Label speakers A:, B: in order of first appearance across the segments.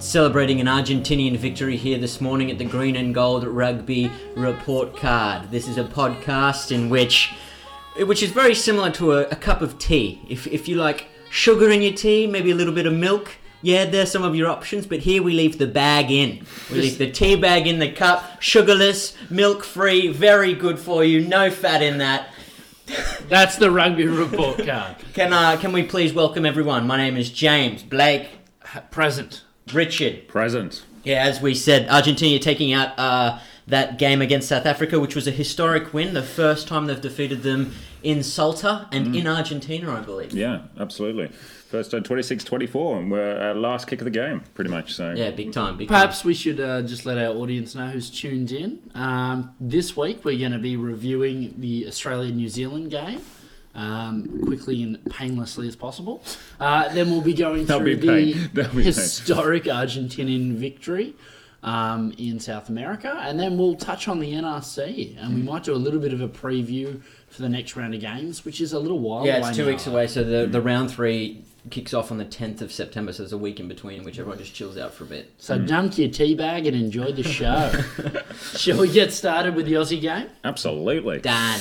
A: Celebrating an Argentinian victory here this morning at the Green and Gold Rugby Report Card. This is a podcast in which, which is very similar to a, a cup of tea. If, if you like sugar in your tea, maybe a little bit of milk, yeah, there's some of your options, but here we leave the bag in. We leave the tea bag in the cup, sugarless, milk free, very good for you, no fat in that.
B: That's the rugby report card.
A: Can, uh, can we please welcome everyone? My name is James, Blake,
B: Present.
A: Richard.
C: Present.
A: Yeah, as we said, Argentina taking out uh, that game against South Africa, which was a historic win, the first time they've defeated them in Salta and in Argentina, I believe.
C: Yeah, absolutely. First down 26 24, and we're our last kick of the game, pretty much. So
A: Yeah, big time, big time.
B: Perhaps we should uh, just let our audience know who's tuned in. Um, this week we're going to be reviewing the Australia New Zealand game. Um, quickly and painlessly as possible. Uh, then we'll be going
C: That'll
B: through
C: be pain.
B: the
C: That'll be pain.
B: historic Argentinian victory um, in South America, and then we'll touch on the NRC, and we might do a little bit of a preview for the next round of games, which is a little while
A: Yeah,
B: away
A: it's two
B: now.
A: weeks away, so the, the round three kicks off on the 10th of September, so there's a week in between in which everyone just chills out for a bit.
B: So dunk your tea bag and enjoy the show. Shall we get started with the Aussie game?
C: absolutely.
A: Dan.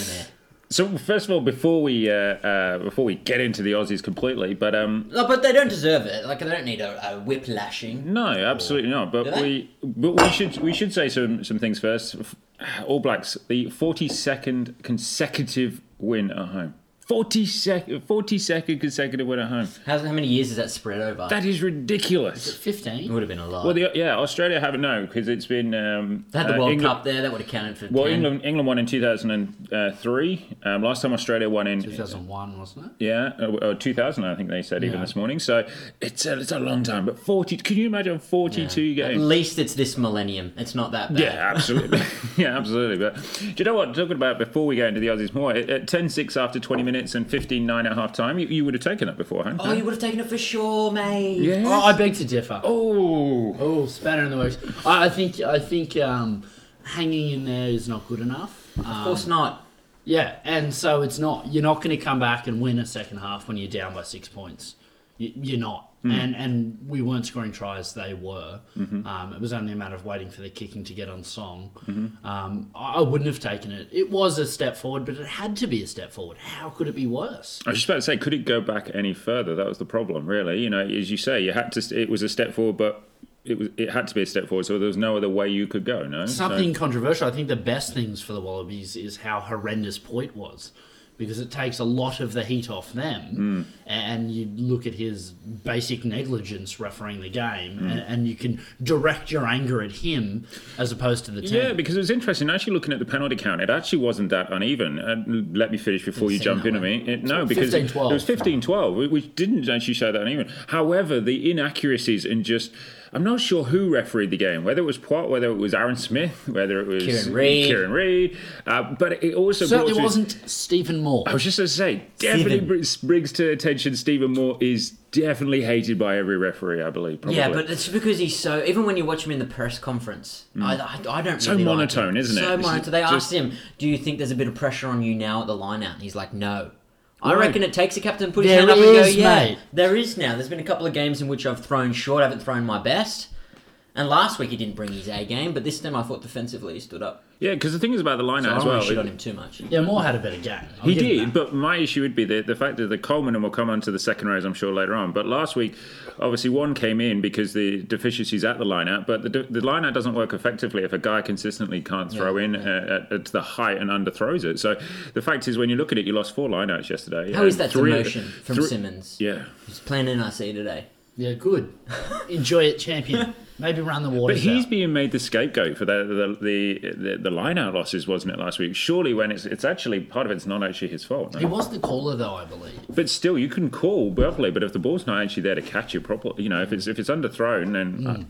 C: So, first of all, before we uh, uh, before we get into the Aussies completely, but um,
A: No, but they don't deserve it. Like, they don't need a, a whiplashing.
C: no, absolutely not.
A: Do
C: But
A: they?
C: we but we should we should say some some things first. All Blacks, the 42nd consecutive win at home. 40 sec- 42nd consecutive win at home.
A: How's, how many years is that spread over?
C: That is ridiculous.
A: it
B: 15.
A: would have been a lot.
C: Well, the, yeah, Australia haven't no because it's been um,
A: they had the
C: uh,
A: World
C: England-
A: Cup there, that would have counted for
C: Well,
A: 10.
C: England England won in 2003. Um, last time Australia won in
B: 2001, wasn't it?
C: yeah uh, uh, 2000, I think they said even
B: Yeah.
C: this morning. So it's a, it's a long time, but 40. Can you imagine 42
A: At
C: games?
A: least it's this millennium. It's not that bad.
C: Yeah, absolutely. yeah, absolutely. But do you know what? Talking about before we go into the Aussies more, at, at 10-6 after 20 minutes and 15-9 at half time, you, you would have taken that beforehand.
A: Oh, you would have taken it for sure, mate.
C: yeah.
B: Oh, I beg to differ. Oh,
C: Oh.
B: spanner in the works. I, I think I think um, hanging in there is not good enough.
A: Of
B: Um,
A: course not.
C: Ah.
B: Yeah, and so it's not. You're not going to come back and win a second half when you're down by six points. You, you're not. And and we weren't scoring tries; they were. Um, it was only a matter of waiting for the kicking to get on song. Um, I, I wouldn't have taken it. It was a step forward, but it had to be a step forward. How could it be worse?
C: I was just about to say, could it go back any further? That was the problem, really. You know, as you say, you had to. It was a step forward, but it was it had to be a step forward. So there was no other way you could go. No, So-
B: Something controversial. I think the best things for the Wallabies is how horrendous Point was. Because it takes a lot of the heat off them, and you look at his basic negligence refereeing the game, and, and you can direct your anger at him as opposed to the team.
C: Yeah, because it was interesting. Actually, looking at the penalty count, it actually wasn't that uneven. And let me finish before you
B: seem
C: jump
B: that
C: in on
B: way.
C: me. It- no, because
B: 15-12.
C: it was 15 12, which didn't actually show that uneven. However, the inaccuracies and just. I'm not sure who refereed the game, whether it was Poit, whether it was Aaron Smith, whether it was
A: Kieran Reid.
C: Kieran Reid, uh, but it also
B: Certainly
C: brought to-
B: wasn't Stephen Moore.
C: I was just going to say, definitely
A: Stephen.
C: brings, brings to attention Stephen Moore is definitely hated by every referee, I believe. Probably.
A: Yeah, but it's because he's so. Even when you watch him in the press conference, I, I, I don't.
C: Mm. So
A: really like
C: monotone,
A: him.
C: isn't it?
A: So
C: It's
A: monotone. They
C: just-
A: asked him, "Do you think there's a bit of pressure on you now at the line out?" And he's like, "No." I
C: Right.
A: reckon it takes a captain to put his
B: There
A: hand up and go,
B: is,
A: "Yeah,
B: mate."
A: there is now." There's been a couple of games in which I've thrown short, I haven't thrown my best. And last week he didn't bring his A game, but this time I thought defensively he stood up.
C: Yeah, because the thing is about the line
A: So I
C: out
A: don't
C: as
A: want
C: well.
A: to shit on
C: it-
A: him too much.
B: yeah, Moore had a better game. I'll
C: He
B: give him
C: did,
B: that.
C: but my issue would be the, the fact that the Coleman, and we'll come on to the second rows, I'm sure, later on. But last week, obviously, one came in because the deficiencies at the line out, but the, the line out doesn't work effectively if a guy consistently can't throw in uh At, at the height and under throws it. So the fact is, when you look at it, you lost four line outs yesterday.
A: How
C: and
A: is that
C: three-
A: demotion from
C: three-
A: Simmons?
C: Yeah.
A: He's playing NRC today.
B: Yeah, good. Enjoy it, champion. Maybe run the
C: But
B: waters.
C: he's
B: out.
C: being made the scapegoat for the the the, the, the line out losses, wasn't it last week? Surely, when it's it's actually part of it's not actually his fault. no?
B: He was the caller, though, I believe.
C: But still, you
B: Hmm.
C: can call properly, but if the ball's not actually there to catch you properly, you know, if it's if it's underthrown, then uh,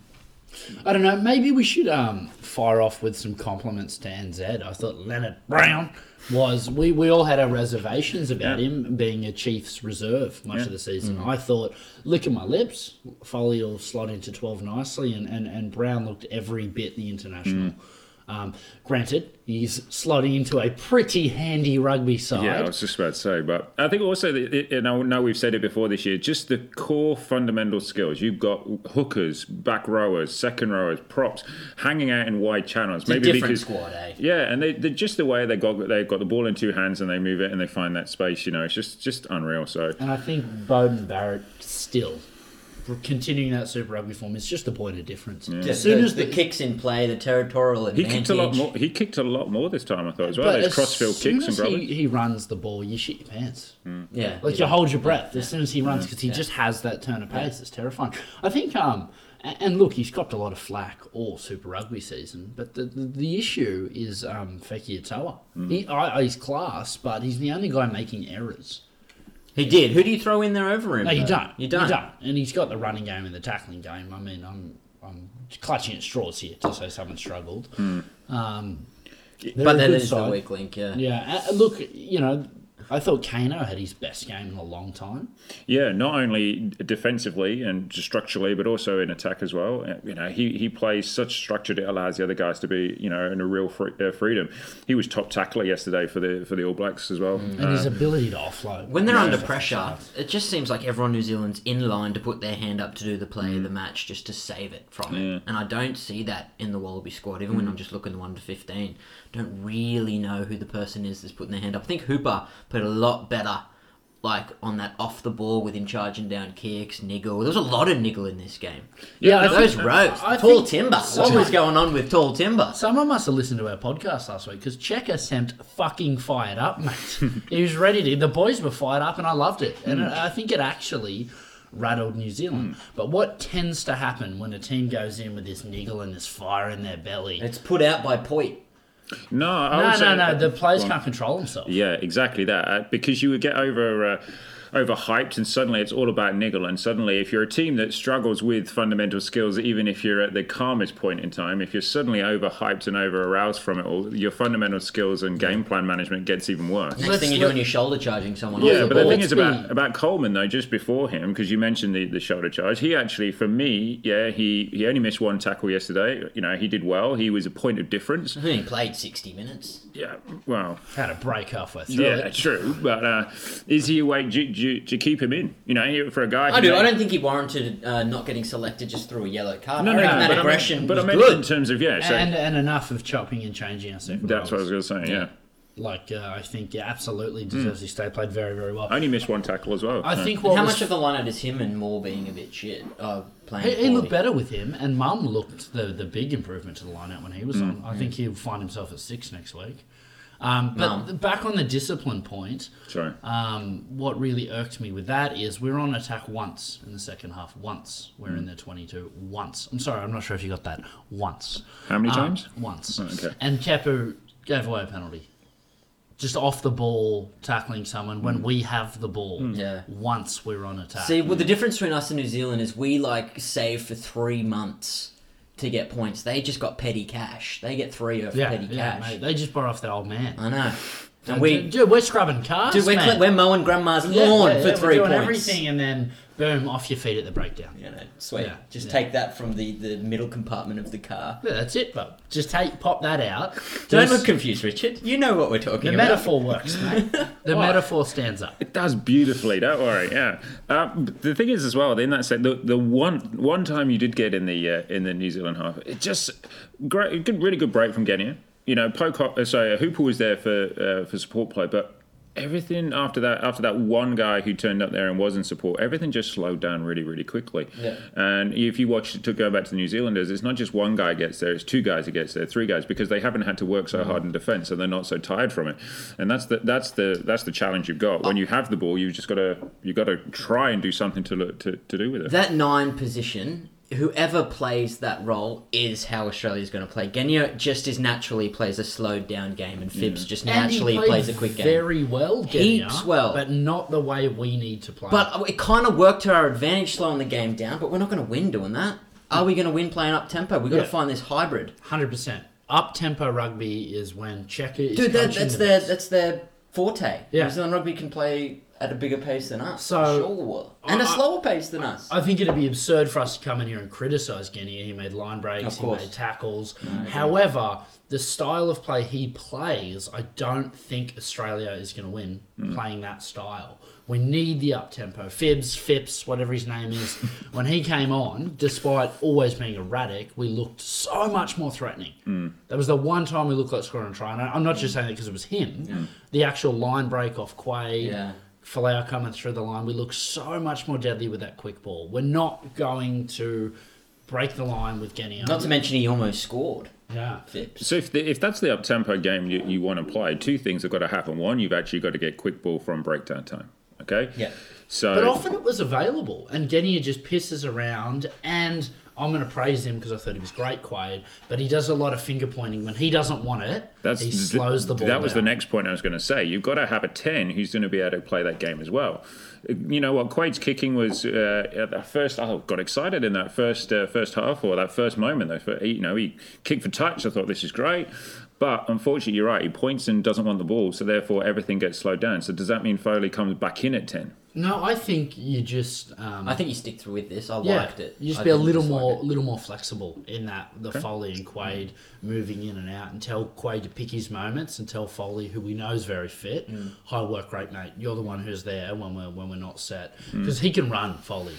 B: I don't know. Maybe we should um, fire off with some compliments to NZ. I thought Leonard Brown was. We, we all had our reservations about
C: Yeah. Mm.
B: him being a Chiefs reserve much of the season. I thought, licking my lips, Foley will slot into 12 nicely, and, and, and Brown looked every bit the
C: Mm.
B: international. Um, granted, he's slotting into a pretty handy rugby side.
C: Yeah, I was just about to say, but I think also, that it, and I know we've said it before this year, just the core fundamental skills. You've got hookers, back rowers, second rowers, props, hanging out in wide channels.
B: a
C: maybe
B: different
C: because
B: squad, eh?
C: yeah, and they they're just the way they got they've got the ball in two hands and they move it and they find that space. You know, it's just just unreal. So
B: And I think Bowden Barrett still for continuing that Super Rugby form is just a point of difference. As soon as
A: the,
B: the,
A: kicks in play, the territorial
C: he
A: advantage.
C: kicked a lot more. He kicked a lot more this time, I thought as well.
B: but
C: Those
B: as
C: crossfield
B: soon
C: kicks and Hmm.
B: as
C: brothers.
B: he, he runs the ball, you shit your pants.
A: Yeah.
B: Like you hold your breath as soon as he runs because he just has that turn of pace. It's terrifying. I think. Um, a- and look, he's copped a lot of flack all Super Rugby season, but the the, the issue is um, Fekir Toa.
C: Hmm.
B: He, I, I- he's class, but he's the only guy making errors.
A: He did. Who do you throw in there over him?
B: No, you
A: though?
B: don't.
A: You don't.
B: You don't. And he's got the running game and the tackling game. I mean, I'm I'm clutching at straws here to say someone struggled.
C: Hmm.
B: Um, they're
A: But
B: a
A: that
B: good
A: is the
B: side.
A: weak link, yeah.
B: Yeah, uh, look, you know, I thought Kano had his best game in a long time.
C: Yeah, not only defensively and structurally, but also in attack as well. Uh, You know, he, he plays such structured it allows the other guys to be you know in a real free, uh, freedom. He was top tackler yesterday for the for the All Blacks as well.
B: Mm.
C: Uh,
B: And his ability to offload.
A: When they're
B: Yeah.
A: under pressure, it just seems like everyone in New Zealand's in line to put their hand up to do the play of the
B: Mm.
A: match just to save it from it. And I don't see that in the Wallaby squad, even when
B: Mm.
A: I'm just looking the 1 to 15. Don't really know who the person is that's putting their hand up. I think Hooper played a lot better. Like on that off the ball with him charging down kicks, niggle. There was a lot of niggle in this game.
B: Yeah, I
A: those
B: think-
A: rows,
B: I
A: tall
B: think
A: timber. What
B: someone-
A: was going on with tall timber?
B: Someone must have listened to our podcast last week because Checker sent fucking fired up, mate. he was ready to. The boys were fired up, and I loved it. And
A: Mm.
B: I I think it actually rattled New Zealand. But what tends to happen when a team goes in with this niggle and this fire in their belly?
A: It's put out by Poit.
C: No, I
B: No,
C: would
B: no,
C: say-
B: no. The players
C: Go on.
B: can't control themselves.
C: Yeah, exactly that. Uh, Because you would get over. Uh, Overhyped, and suddenly it's all about niggle. And suddenly, if you're a team that struggles with fundamental skills, even if you're at the calmest point in time, if you're suddenly overhyped and over aroused from it all, your fundamental skills and game plan management gets even worse.
A: Next
B: Let's-
A: thing you're
B: let-
A: doing, you're shoulder charging someone. off
C: Yeah, but the
A: ball.
C: thing is
B: Let's
C: about
B: be-
C: about Coleman though. Just before him, because you mentioned the, the shoulder charge, he actually, for me, yeah, he he only missed one tackle yesterday. You know, he did well. He was a point of difference.
A: He only played 60 minutes.
C: Yeah, well,
B: Had a break halfway through.
C: yeah,
B: it.
C: true. But uh, is he awake? Do, do, do you keep him in? You know, for a guy.
A: I
C: who
A: do.
C: made-
A: I don't think he warranted uh, not getting selected just through a yellow card.
C: No,
A: I
C: no, no.
A: reckon
C: But
A: that
C: I
A: aggression
C: mean, but I
A: was
C: mean, in
A: good.
C: terms of yeah. So
B: and and enough of chopping and changing our second.
C: that's what I was
B: roles.
C: going to say. Yeah,
B: Like uh, I think, yeah, absolutely deserves his stay. Played very, very well.
C: Hmm. I Hmm. only missed one tackle as well.
B: I
C: so.
B: think
A: And
B: what
A: how
B: was
A: much of the lineup is him and Moore being a bit shit? Uh, playing
B: He, he
A: poorly?
B: looked better with him, and Mum looked the, the big improvement to the lineup when he
C: Hmm.
B: was on. I think he'll find himself at six next week. Um, but
A: Mum.
B: th- back on the discipline point,
C: Sorry.
B: um, what really irked me with that is we we're on attack once in the second half. Once we're
C: Hmm.
B: in the twenty-two. Once. I'm sorry, I'm not sure if you got that. Once. Um,
C: How many times? Oh,
B: Once.
C: okay.
B: And Kepu gave away a penalty. Just off the ball, tackling someone
C: Hmm.
B: when we have the ball.
A: Yeah.
B: Once we're on attack.
A: See, well, the difference between us and New Zealand is we like save for three months to get points. They just got petty cash. They get three off petty cash.
B: mate. They just borrow off that old man.
A: I know. And
B: Dude,
A: we,
B: dude, we're scrubbing cars,
A: dude, we're,
B: man.
A: cl- we're mowing grandma's
B: Yeah,
A: lawn
B: yeah,
A: for
B: yeah,
A: 3
B: we're doing
A: points.
B: everything, and then boom, off your feet at the breakdown. Yeah,
A: You know, sweet.
B: Yeah,
A: just
B: yeah.
A: take that from the, the middle compartment of the car.
B: that's it, bub. Just take, pop that out.
A: Don't
B: Just-
A: look confused, Richard. You know what we're talking
B: the
A: about.
B: metaphor works, mate. The metaphor stands up.
C: It does beautifully. Don't worry. Yeah. Uh, but the thing is, as well, in that set, the, the one one time you did get in the uh, in the New Zealand half, it just great, good, really good break from Genia. You know, Pocock. uh, Sorry, Hooper was there for uh, for support play, but everything after that, after that one guy who turned up there and was in support, everything just slowed down really, really quickly.
A: Yeah.
C: And if you watch to go back to the New Zealanders, it's not just one guy gets there; it's two guys who gets there, three guys, because they haven't had to work so hard in defence, and they're not so tired from it. And that's the that's the that's the challenge you've got when you have the ball. You've just got to you got to try and do something to look, to to do with it.
A: That nine position, whoever plays that role is how Australia's going to play. Genya just as naturally plays a slowed down game, and Phipps just
B: And he
A: naturally
B: played
A: plays a quick game.
B: Very well, Genia,
A: Heaps well.
B: but not the way we need to play.
A: But it kind of worked to our advantage slowing the game down, but we're not going to win doing that. are we going to win playing up tempo? We've got
B: Yeah.
A: to find this hybrid.
B: Hundred percent. Up tempo rugby is when Checker is
A: Dude, that,
B: coaching
A: that's
B: the
A: their
B: best.
A: that's their forte.
B: Yeah.
A: New Zealand rugby can play at a bigger pace than us.
B: So-
A: sure. and a
B: I- I-
A: slower pace than us.
B: I think it'd be absurd for us to come in here and criticise Guinea. He made line breaks,
A: Of
B: he
A: course.
B: made tackles. However, the style of play he plays, I don't think Australia is going to win
A: Hmm.
B: playing that style. We need the up tempo. Fibs, Phipps, whatever his name is. when he came on, despite always being erratic, we looked so much more threatening.
A: Hmm.
B: That was the one time we looked like scoring a try. And I- I'm not just saying that because it was him. The actual line break off Quay.
A: Yeah.
B: Falao coming through the line. We look so much more deadly with that quick ball. We're not going to break the line with Genia.
A: Not to mention he almost scored.
B: yeah.
A: Phipps.
C: So if, the, if that's the up tempo game you, you want to play, two things have got to happen. One, you've actually got to get quick ball from breakdown time. Okay.
A: Yeah.
C: So
B: But often it was available, and Genia just pisses around. And I'm going to praise him because I thought he was great, Quaid. But he does a lot of finger pointing when he doesn't want it.
C: that's
B: he
C: th-
B: slows the ball.
C: That was the
B: down.
C: next point I was going to say. You've got to have a ten who's going to be able to play that game as well. You know what? Quaid's kicking was uh, at the first. I got excited in that first uh, first half or that first moment. Though, for, you know, he kicked for touch. I thought this is great. But unfortunately, you're right. He points and doesn't want the ball, so therefore everything gets slowed down. So does that mean Foley comes back in at ten?
B: No, I think you just. Um,
A: I think you stick through with this. I liked it.
B: You just
A: I
B: be a
A: didn't
B: little
A: dislike
B: more,
A: it.
B: little more flexible in that the Foley and Quaid moving in and out, and tell Quaid to pick his moments, and tell Foley, who we know is very fit, high work rate, mate. You're the one who's there when we're when we're not set, because he can run Foley.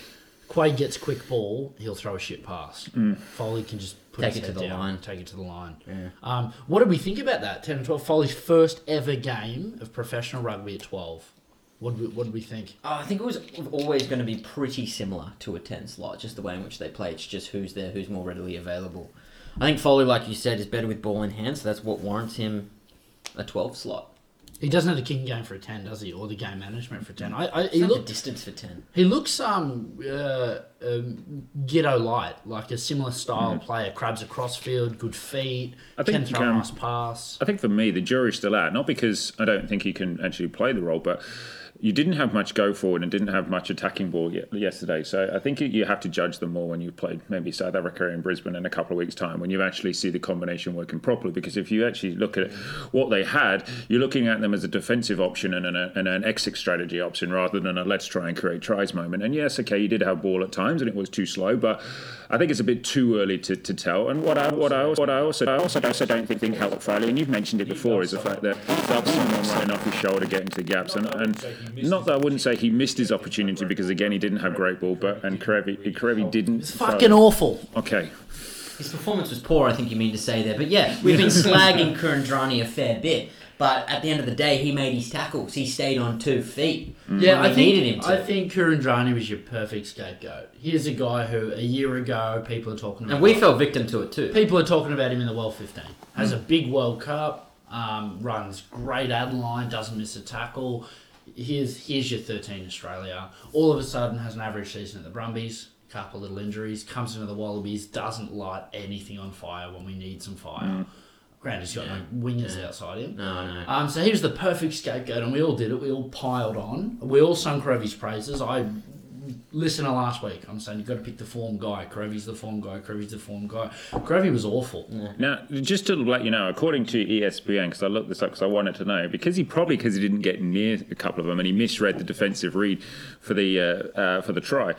B: Quaid gets quick ball, he'll throw a shit pass. Foley can just put
A: Take
B: his
A: it to
B: head
A: the
B: down,
A: line.
B: Take it to the line. Um, what did we think about that? Ten and twelve. Foley's first ever game of professional rugby at twelve. What did we, what did we think?
A: Oh, I think it was always going to be pretty similar to a 10 slot, just the way in which they play. It's just who's there, who's more readily available. I think Foley, like you said, is better with ball in hand, so that's what warrants him a 12 slot.
B: He doesn't have the kicking game for a ten, does he? Or the game management for a ten. I, I,
A: He
B: he looked,
A: distance for 10.
B: he looks um, uh, um ghetto light, like a similar style
A: Mm.
B: player. Crabs across field, good feet,
C: I
B: can
C: think,
B: throw a
C: um,
B: nice pass.
C: I think for me, the jury's still out. Not because I don't think he can actually play the role, but you didn't have much go forward and didn't have much attacking ball ye- yesterday. So I think you- you have to judge them more when you've played maybe South Africa and Brisbane in a couple of weeks' time, when you actually see the combination working properly. Because if you actually look at what they had, you're looking at them as a defensive option and an, and an exit strategy option rather than a let's try and create tries moment. And yes, okay, you did have ball at times and it was too slow, but I think it's a bit too early to, to tell. And what I what I also what I also I also, also don't think think helped Foley, and you've mentioned it before, is the fact that that's someone running off his shoulder getting to the gaps. And, and not that I wouldn't say he missed his opportunity because again he didn't have great ball, but and Karevi Karevi didn't.
B: It's fucking awful.
C: okay.
A: His performance was poor, I think you mean to say there. But yeah, we've been slagging Kurandrani a fair bit. But at the end of the day, he made his tackles. He stayed on two feet. when we needed him to.
B: I think Kurandrani was your perfect scapegoat. Here's a guy who a year ago people are talking about.
A: and we fell victim to it too.
B: People are talking about him in the World 15. Has a big World Cup, um, runs great Adeline, doesn't miss a tackle. Here's here's your 13 Australia. All of a sudden has an average season at the Brumbies, couple little injuries, comes into the Wallabies, doesn't light anything on fire when we need some fire. Granted, he's got no wingers outside him.
A: Mm. No, no.
B: Um, so he was the perfect scapegoat, and we all did it. We all piled on. We all sung Crevy's praises. I listen to last week. I'm saying you've got to pick the form guy. Crevy's the form guy. Crevy's the form guy. Crevy was awful.
C: Now, just to let you know, according to E ESPN, because I looked this up because I wanted to know, because he probably because he didn't get near a couple of them and he misread the defensive read for the uh, uh, for the try,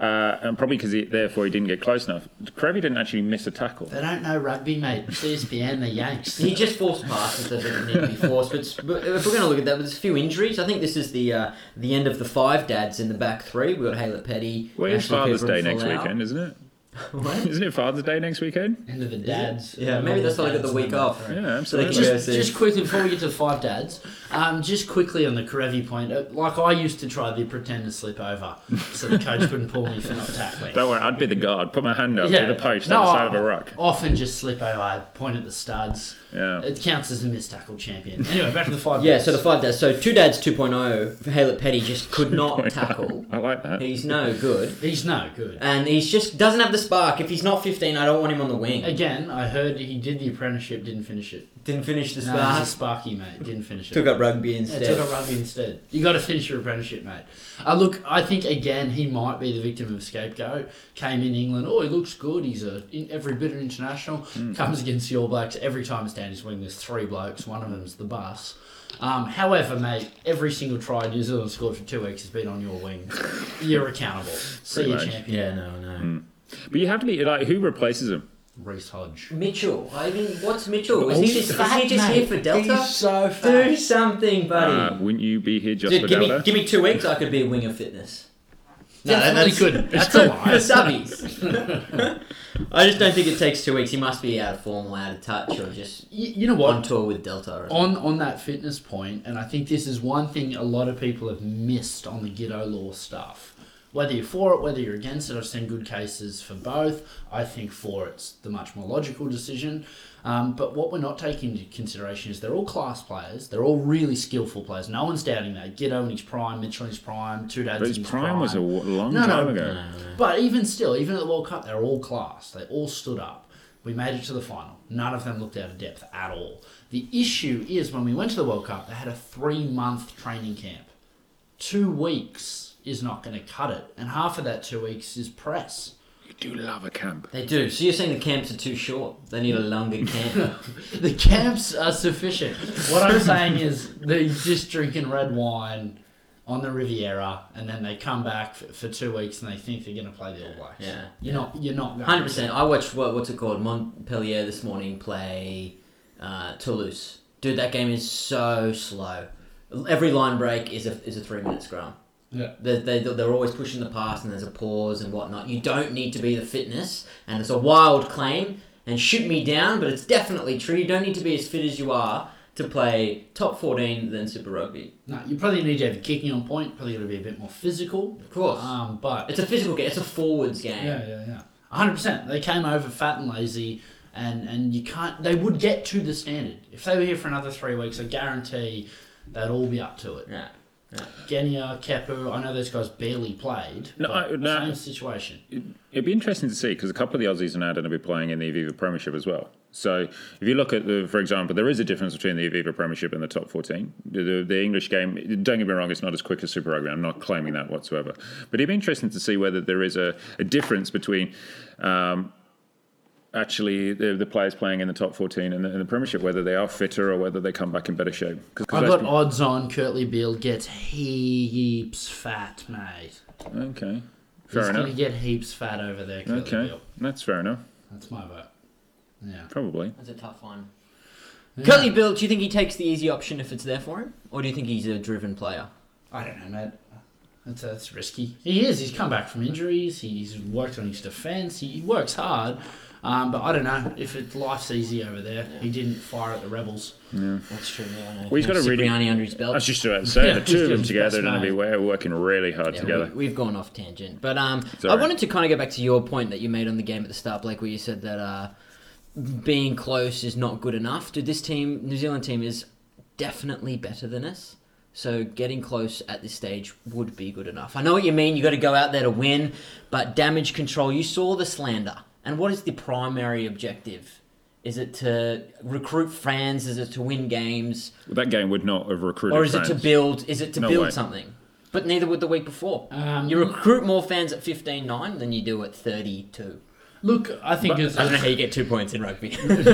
C: uh, and probably because he, therefore he didn't get close enough. Krevy didn't actually miss a tackle.
B: They don't know rugby, mate. CSPN, the Yanks.
A: He just forced passes that didn't need to be forced. But, s- but if we're going to look at that, there's a few injuries. I think this is the uh, the end of the five dads in the back three. We've got Haylett Petty.
C: Well, it's
A: Ashley
C: Father's
A: Cooper
C: Day
A: and
C: next
A: Folau.
C: weekend, isn't it?
A: What?
C: Isn't it Father's Day next weekend?
B: End of the dads.
A: Yeah, maybe that's why they got the week off.
C: Yeah,
A: So they
C: absolutely.
A: can
B: Just,
A: go see.
B: just quickly before we get to the five dads, um, just quickly on the Karevi point. uh, Like I used to try the pretend to slip over, so the coach couldn't pull me for not tackling.
C: Don't worry, I'd be the guard. Put my hand up to the post
B: No,
C: on the side
B: I
C: of a rock.
B: Often just slip over, point at the studs.
C: Yeah.
B: It counts as a missed tackle champion. Anyway, back to the five.
A: Yeah,
B: minutes.
A: so the five dads. So two dads 2.0 for Haylett Petty just could not tackle.
C: I like that.
A: He's no good.
B: he's no good.
A: And he's just doesn't have the spark. If he's not 15, I don't want him on the wing.
B: Again, I heard he did the apprenticeship, didn't finish it.
A: Didn't finish the
B: No, he's a
A: spark.
B: Sparky, mate. Didn't finish it.
A: Took up rugby
B: Yeah,
A: instead.
B: took up rugby instead. You got to finish your apprenticeship, mate. Uh, look, I think again he might be the victim of scapegoat. Came in England. Oh, he looks good. He's a in every bit an international. Comes against the All Blacks every time it's down his wing. There's three blokes. One of them's the bus. Um, however, mate, every single try New Zealand scored for two weeks has been on your wing. You're accountable. See
C: Pretty
B: you,
C: much.
B: champion.
A: Yeah, no, no.
C: Hmm. But you have to be like, who replaces him?
B: Reese Hodge.
A: Mitchell. I mean, what's Mitchell? Is
B: Oh,
A: he just, is he
B: fat,
A: just here
B: mate.
A: for Delta?
B: He's so fat.
A: Do something, buddy.
C: Uh, wouldn't you be here just
A: Dude,
C: for
A: give me
C: Delta?
A: give me two weeks. I could be a winger fitness. No, that-
B: Definitely
A: that's-
B: couldn't. That's a
A: for
B: lie.
A: subbies. I just don't think it takes two weeks. He must be out of form or out of touch or just
B: You, you know what?
A: on tour with Delta. Or
B: on on that fitness point, and I think this is one thing a lot of people have missed on the Giddo Law stuff. Whether you're for it, whether you're against it, I've seen good cases for both. I think for it's the much more logical decision. Um, but what we're not taking into consideration is they're all class players. They're all really skillful players. No one's doubting that. Giddo in his prime, Mitchell in his prime, two dads
C: But
B: in
C: his
B: his prime.
C: prime was a wa- long
B: No, no,
C: time ago.
B: But even still, even at the World Cup, they're all class. They all stood up. We made it to the final. None of them looked out of depth at all. The issue is when we went to the World Cup, they had a three month training camp. Two weeks is not going to cut it. And half of that two weeks is press.
C: You do love a camp.
A: they do. So you're saying the camps are too short? They need a longer camp.
B: The camps are sufficient. What I'm saying is they're just drinking red wine on the Riviera and then they come back for, for two weeks and they think they're going to play the All Blacks.
A: Yeah,
B: You're not, you're not going
A: Hundred percent. I watched what what's it called Montpellier this morning play uh, Toulouse. Dude, that game is so slow. Every line break is a is a three minute scrum.
B: Yeah.
A: They, they, they're always pushing the pass and there's a pause and whatnot. You don't need to be the fitness, and it's a wild claim, and shoot me down, but it's definitely true. You don't need to be as fit as you are to play top 14 than Super Rugby.
B: No, you probably need to have your kicking on point. Probably got to be a bit more physical.
A: Of course.
B: Um, but
A: it's a physical game, it's a forwards game.
B: yeah, yeah, yeah, hundred percent. They came over fat and lazy, and and you can't. They would get to the standard if they were here for another three weeks. I guarantee they'd all be up to it.
A: Yeah.
B: Genia, Kepu, I know those guys barely played.
C: No,
B: but
C: I- no.
B: same situation.
C: It'd be interesting to see because a couple of the Aussies are now going to be playing in the Aviva Premiership as well. So if you look at the, for example, there is a difference between the Aviva Premiership and the top 14. The, the, the English game, don't get me wrong, it's not as quick as Super Rugby. I'm not claiming that whatsoever. But it'd be interesting to see whether there is a, a difference between um, actually the, the players playing in the top 14 and the, and the Premiership, whether they are fitter or whether they come back in better shape. 'Cause- 'cause
B: I
C: those
B: got odds on Kurtley Beale gets heaps fat, mate.
C: pe- okay, fair
B: He's
C: enough.
B: gonna get heaps fat over there, Kurtley
C: Okay,
B: Beale.
C: that's fair enough.
B: That's my vote. Yeah.
C: Probably.
A: That's a tough one. Currently, Bill, do you think he takes the easy option if it's there for him? Or do you think he's a driven player?
B: I don't know, mate. That's, that's risky. He is. He's come back from injuries. He's worked on his defence. He works hard. Um, but I don't know if it, life's easy over there. He didn't fire at the Rebels.
A: That's true, yeah, I know.
C: Well, he's got a really-
A: Cipriani under his
C: I
A: belt.
C: was just about to say,
B: Yeah,
C: the two of them
B: just-
C: together are going to
B: that's
C: be we're working really hard
A: Yeah,
C: together.
A: We, have gone off tangent, but um,
C: all
A: I
C: right.
A: wanted to kind of go back to your point that you made on the game at the start, Blake, where you said that uh, being close is not good enough. Dude, this team, New Zealand team, is definitely better than us. So getting close at this stage would be good enough. I know what you mean. You got to go out there to win, but damage control. You saw the slander, and what is the primary objective? Is it to recruit fans? Is it to win games?
C: That game would not have recruited.
A: or is it to
C: France.
A: build is it to
C: No
A: build
C: way.
A: something but neither would the week before
B: Um,
A: you recruit more fans at 15-9 than you do at 32
B: Look, I think it's,
A: i don't know how you get two points in rugby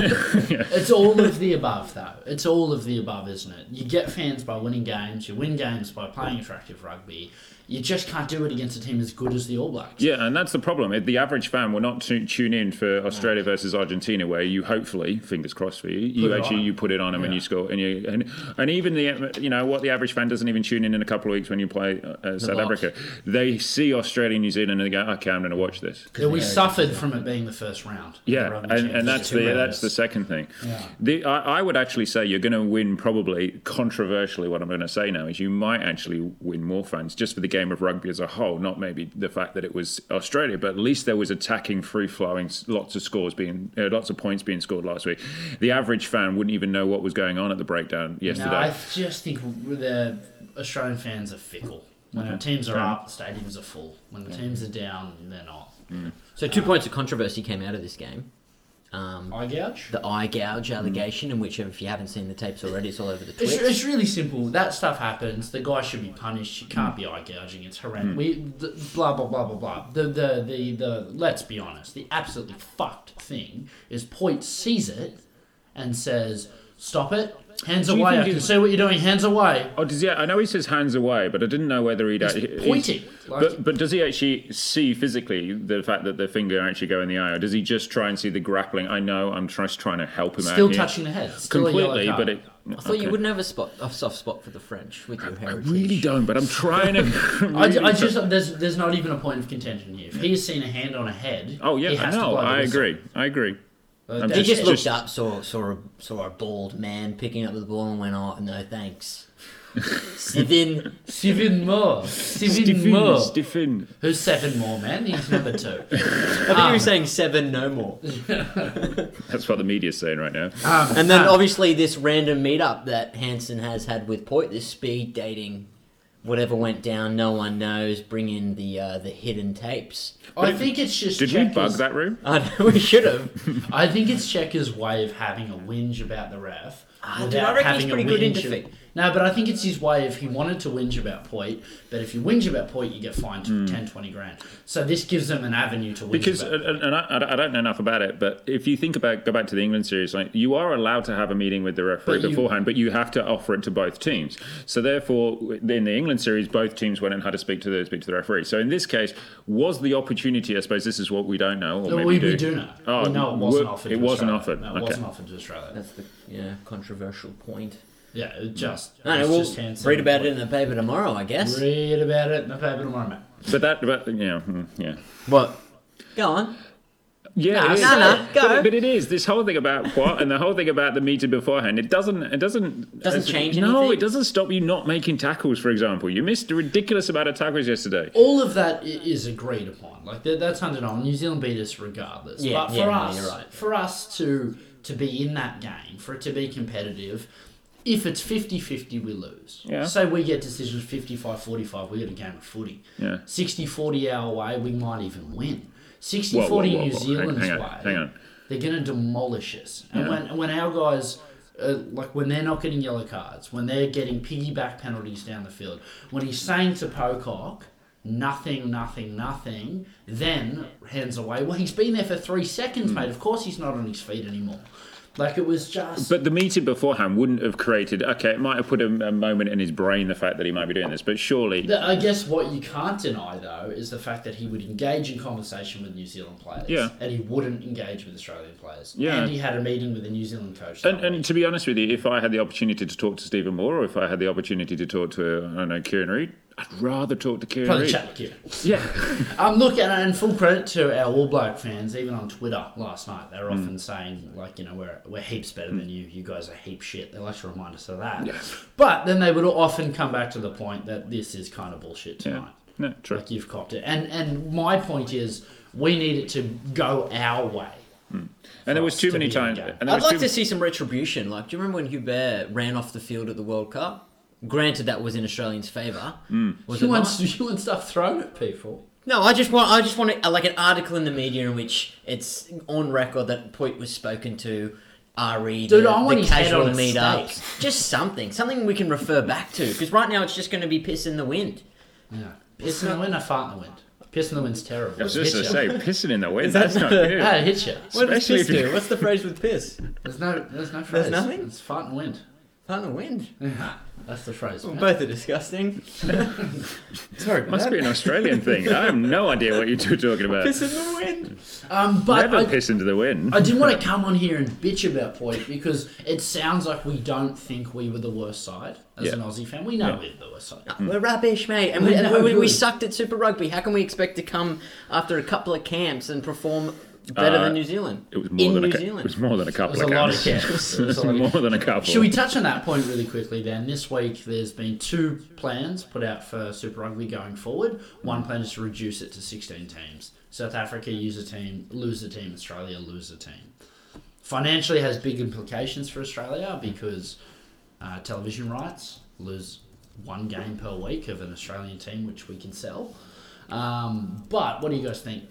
B: it's all of the above, though. It's all of the above, isn't it? You get fans by winning games. You win games by playing attractive rugby. You just can't do it against a team as good as the All Blacks.
C: Yeah, and that's the problem. It- The average fan will not tu- tune in for Australia versus Argentina, where you hopefully, fingers crossed for you, you
B: Put it
C: actually
B: on.
C: you put it on them and
B: Yeah.
C: you score, and you and, and even the you know what the average fan doesn't even tune in in a couple of weeks when you play uh, South
B: box.
C: Africa. They see Australia, New Zealand, and they go, okay, I'm going to watch this.
B: Yeah, we suffered from it being the first round. The
C: Yeah,
B: rugby
C: and, and
B: championship.
C: that's
B: Two
C: the
B: rounds.
C: that's the second thing.
B: Yeah.
C: The, I, I would actually say you're going to win probably controversially. What I'm going to say now is you might actually win more fans just for the game of rugby as a whole, not maybe the fact that it was Australia, but at least there was attacking, free flowing, lots of scores being, uh, lots of points being scored last week. The average fan wouldn't even know what was going on at the breakdown yesterday.
B: No, I just think the Australian fans are fickle. When our teams are up, the stadiums are full. When the teams are down, they're not.
A: So two points of controversy came out of this game.
C: Mm.
A: Um,
B: Eye gouge.
A: the eye gouge allegation, in which if you haven't seen the tapes already, it's all over the
B: It's,
A: Twitch.
B: it's really simple. That stuff happens. The guy should be punished. You can't be eye gouging. It's
C: Mm.
B: horrendous. We the, blah blah blah blah blah. The the the the. Let's be honest. The absolutely fucked thing is Point sees it and says, "Stop it! Hands
C: you
B: away!
C: think
B: I can
C: it's-
B: see what you're doing. Hands away!"
C: Oh, does he? I know he says hands away, but I didn't know whether he'd
B: He's
C: actually
B: pointing, like-
C: but but does he actually see physically the fact that the finger actually go in the eye, or does he just try and see the grappling? I know I'm just trying to help him
B: Still
C: out here.
B: touching the head. Still a yellow
C: completely,
B: card.
C: but it.
A: I thought you wouldn't have a spot, a soft spot for the French with your
C: I
A: heritage.
C: really don't, but I'm trying to.
B: I,
C: really
B: I
C: try-
B: just there's there's not even a point of contention here. If he's seen a hand on a head,
C: Oh
B: he
C: yeah, I
B: has to
C: know.
B: blow the
C: I
B: whistle.
C: agree. I agree.
B: But
C: I'm
A: He
B: that's
A: just
B: it.
A: looked up, saw saw a, saw a bald man picking up the ball, and went, "Oh no, thanks." so then,
B: Stephen Moore. Stephen
C: Stiffin,
B: Moore.
C: stiffin.
B: Who's seven more, man? He's number two.
A: I think he was saying seven, no more.
C: That's what the media's saying right now.
B: Um,
A: And then obviously this random meetup that Hanson has had with Poit, this speed dating, whatever went down, no one knows. Bring in the uh, the hidden tapes.
B: I think it's just
C: Did we
B: checkers.
C: bug that room?
A: I know we should have.
B: I think it's Checker's way of having a whinge about the ref.
A: Ah, dude, I reckon he's pretty good in defeat.
B: No, but I think it's his way if he wanted to whinge about Poit, but if you whinge about Poit, you get fined ten, twenty 10, 20 grand. So this gives them an avenue to whinge
C: Hmm. because
B: about.
C: and and I, I don't know enough about it, but if you think about go back to the England series, like you are allowed to have a meeting with the referee
B: But you-
C: beforehand, but you have to offer it to both teams. So therefore, in the England series, both teams went and had to speak to the speak to the referee. So in this case, was the opportunity? I suppose this is what we don't know, or
B: No,
C: maybe
B: we,
C: do.
B: we do know.
C: Oh,
B: we know it
C: it
B: wasn't
C: wa-
B: offered.
C: it
B: to
C: wasn't
B: Australia.
C: offered.
B: No, it
C: Okay.
B: wasn't offered to Australia.
A: That's the yeah controversial point.
B: Yeah, it just.
A: I
B: it's
A: know,
B: just
A: we'll
B: Hanson
A: read about
B: Poit.
A: it in the paper tomorrow, I guess.
B: Read about it in the paper tomorrow, mate.
C: But that, but yeah, mm, yeah.
A: What? Go on.
C: Yeah, it is.
A: no, no, go.
C: But, but it is this whole thing about what and the whole thing about the meeting beforehand. It doesn't. It doesn't.
A: Doesn't change
C: No,
A: anything?
C: it doesn't stop you not making tackles. For example, you missed a ridiculous amount of tackles yesterday.
B: all of that i- is agreed upon. Like that, that's undeniable. New Zealand beat us regardless.
A: Yeah,
B: but for
A: yeah, no,
B: us,
A: you're right.
B: for us to to be in that game, for it to be competitive, if it's 50-50, we lose.
C: Yeah.
B: Say we get decisions 55-45, we get a game of footy.
C: Yeah.
B: 60-40 our way, we might even win. 60-40
C: Whoa, whoa, whoa,
B: New
C: whoa. Hang-
B: Zealand's
C: hang on,
B: way.
C: hang on.
B: They're going to demolish us. And when, when our guys, uh, like when they're not getting yellow cards, when they're getting piggyback penalties down the field, when he's saying to Pocock, nothing, nothing, nothing, then hands away. Well, he's been there for three seconds,
C: Hmm.
B: mate. Of course he's not on his feet anymore. Like it was just.
C: But the meeting beforehand wouldn't have created. Okay, it might have put a, a moment in his brain the fact that he might be doing this, but surely.
B: Th- I guess what you can't deny though is the fact that he would engage in conversation with New Zealand players,
C: Yeah.
B: and he wouldn't engage with Australian players.
C: Yeah.
B: and he had a meeting with the New Zealand coach. that
C: And, and to be honest with you, if I had the opportunity to talk to Stephen Moore, or if I had the opportunity to talk to I don't know Kieran Reid, I'd rather talk to Kieran
B: Probably
C: Reid.
B: chat with you.
C: Yeah,
B: Um, look, and, and full credit to our All Black fans, even on Twitter last night, they were often saying, like, you know, we're, we're heaps better than you, you guys are heap shit. They like to remind us of that. But then they would often come back to the point that this is kind of bullshit
C: yeah,
B: tonight.
C: no, true.
B: Like, you've copped it. And, and my point is, we need it to go our way.
C: And there was too
B: to
C: many
B: be in the
C: times.
B: game.
C: and
A: I'd
C: there was
A: like
C: too-
A: to see some retribution. Like, do you remember when Hubert ran off the field at the World Cup? Granted, that was in Australians' favour. Was
B: You
A: it
B: want,
A: not?
B: you want stuff thrown at people.
A: No, I just want I just want a, like an article in the media in which it's on record that Poit was spoken to. Re
B: Dude,
A: the,
B: I want
A: the
B: his head
A: casual
B: on a
A: meetup,
B: stake.
A: just something, something we can refer back to. Because right now it's just going to be piss in the wind.
B: Yeah. Piss in the wind, a fart in the wind. Piss in the wind's terrible.
C: I was
B: It
C: just
B: hits
C: to
B: you.
C: say, pissing in the wind.
A: that
C: That's not
A: the-
C: good.
B: Ah, it hits you.
A: What
C: does Especially piss if you- do?
A: What's the phrase with piss?
B: There's no, there's no phrase.
A: nothing?
B: It's fart and wind.
A: Fun the wind.
B: That's the phrase. man.
A: Both are disgusting. Sorry,
C: Must be an Australian thing. I have no idea what you two are talking about.
A: in the wind.
B: Um, but
C: Never
B: I,
C: piss into the wind.
B: I didn't want to come on here and bitch about Point because it sounds like we don't think we were the worst side as
C: Yeah.
B: an Aussie fan. We know we're the worst side.
A: We're rubbish, mate, and we,
B: We're
A: and
B: no
A: we, we
B: good.
A: sucked at Super Rugby. How can we expect to come after a couple of camps and perform better
C: Uh,
A: than New Zealand?
C: It was more
A: in
C: than
A: New
C: a cou- It
A: Zealand.
C: was more than a couple
B: There's a
C: of
B: lot of
C: cans.
B: camps. There's a lot of
C: more than a couple.
B: Should we touch on that point really quickly then? This week there's been two plans put out for Super Rugby going forward. One plan is to reduce it to 16 teams. South Africa use a team, lose a team, Australia lose a team. Financially has big implications for Australia because uh, television rights lose one game per week of an Australian team which we can sell. Um, but what do you guys think?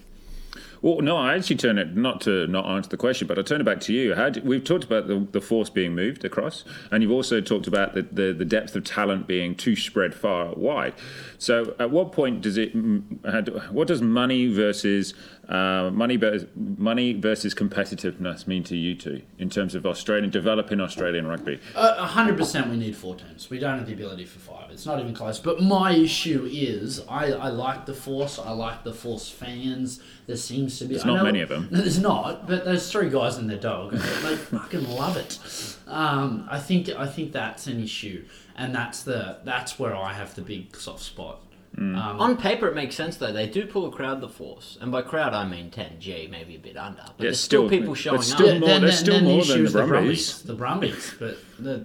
C: Well, no, I actually turn it not to not answer the question, but I turn it back to you. How do, we've talked about the, the force being moved across, and you've also talked about the, the, the depth of talent being too spread far wide. So, at what point does it? m- How do, what does money versus uh, money ver- money versus competitiveness mean to you two in terms of Australian developing Australian rugby?
B: A hundred percent, we need four teams. We don't have the ability for five. It's not even close. But my issue is, I, I like the Force. I like the Force fans. There seems to be there's
C: not many of them.
B: No, there's not. But there's three guys and their dog. and they fucking love it. Um, I think I think that's an issue, and that's the that's where I have the big soft spot. Um,
A: On paper, it makes sense though. They do pull a crowd the force, and by crowd I mean ten. G, maybe a bit under, but
C: Yeah,
A: there's still,
C: still-
A: people
C: but
A: showing
C: still-
A: up.
C: more- there's still more
B: issue
C: than the
B: is
C: Brumbies.
B: The Brumbies, but the,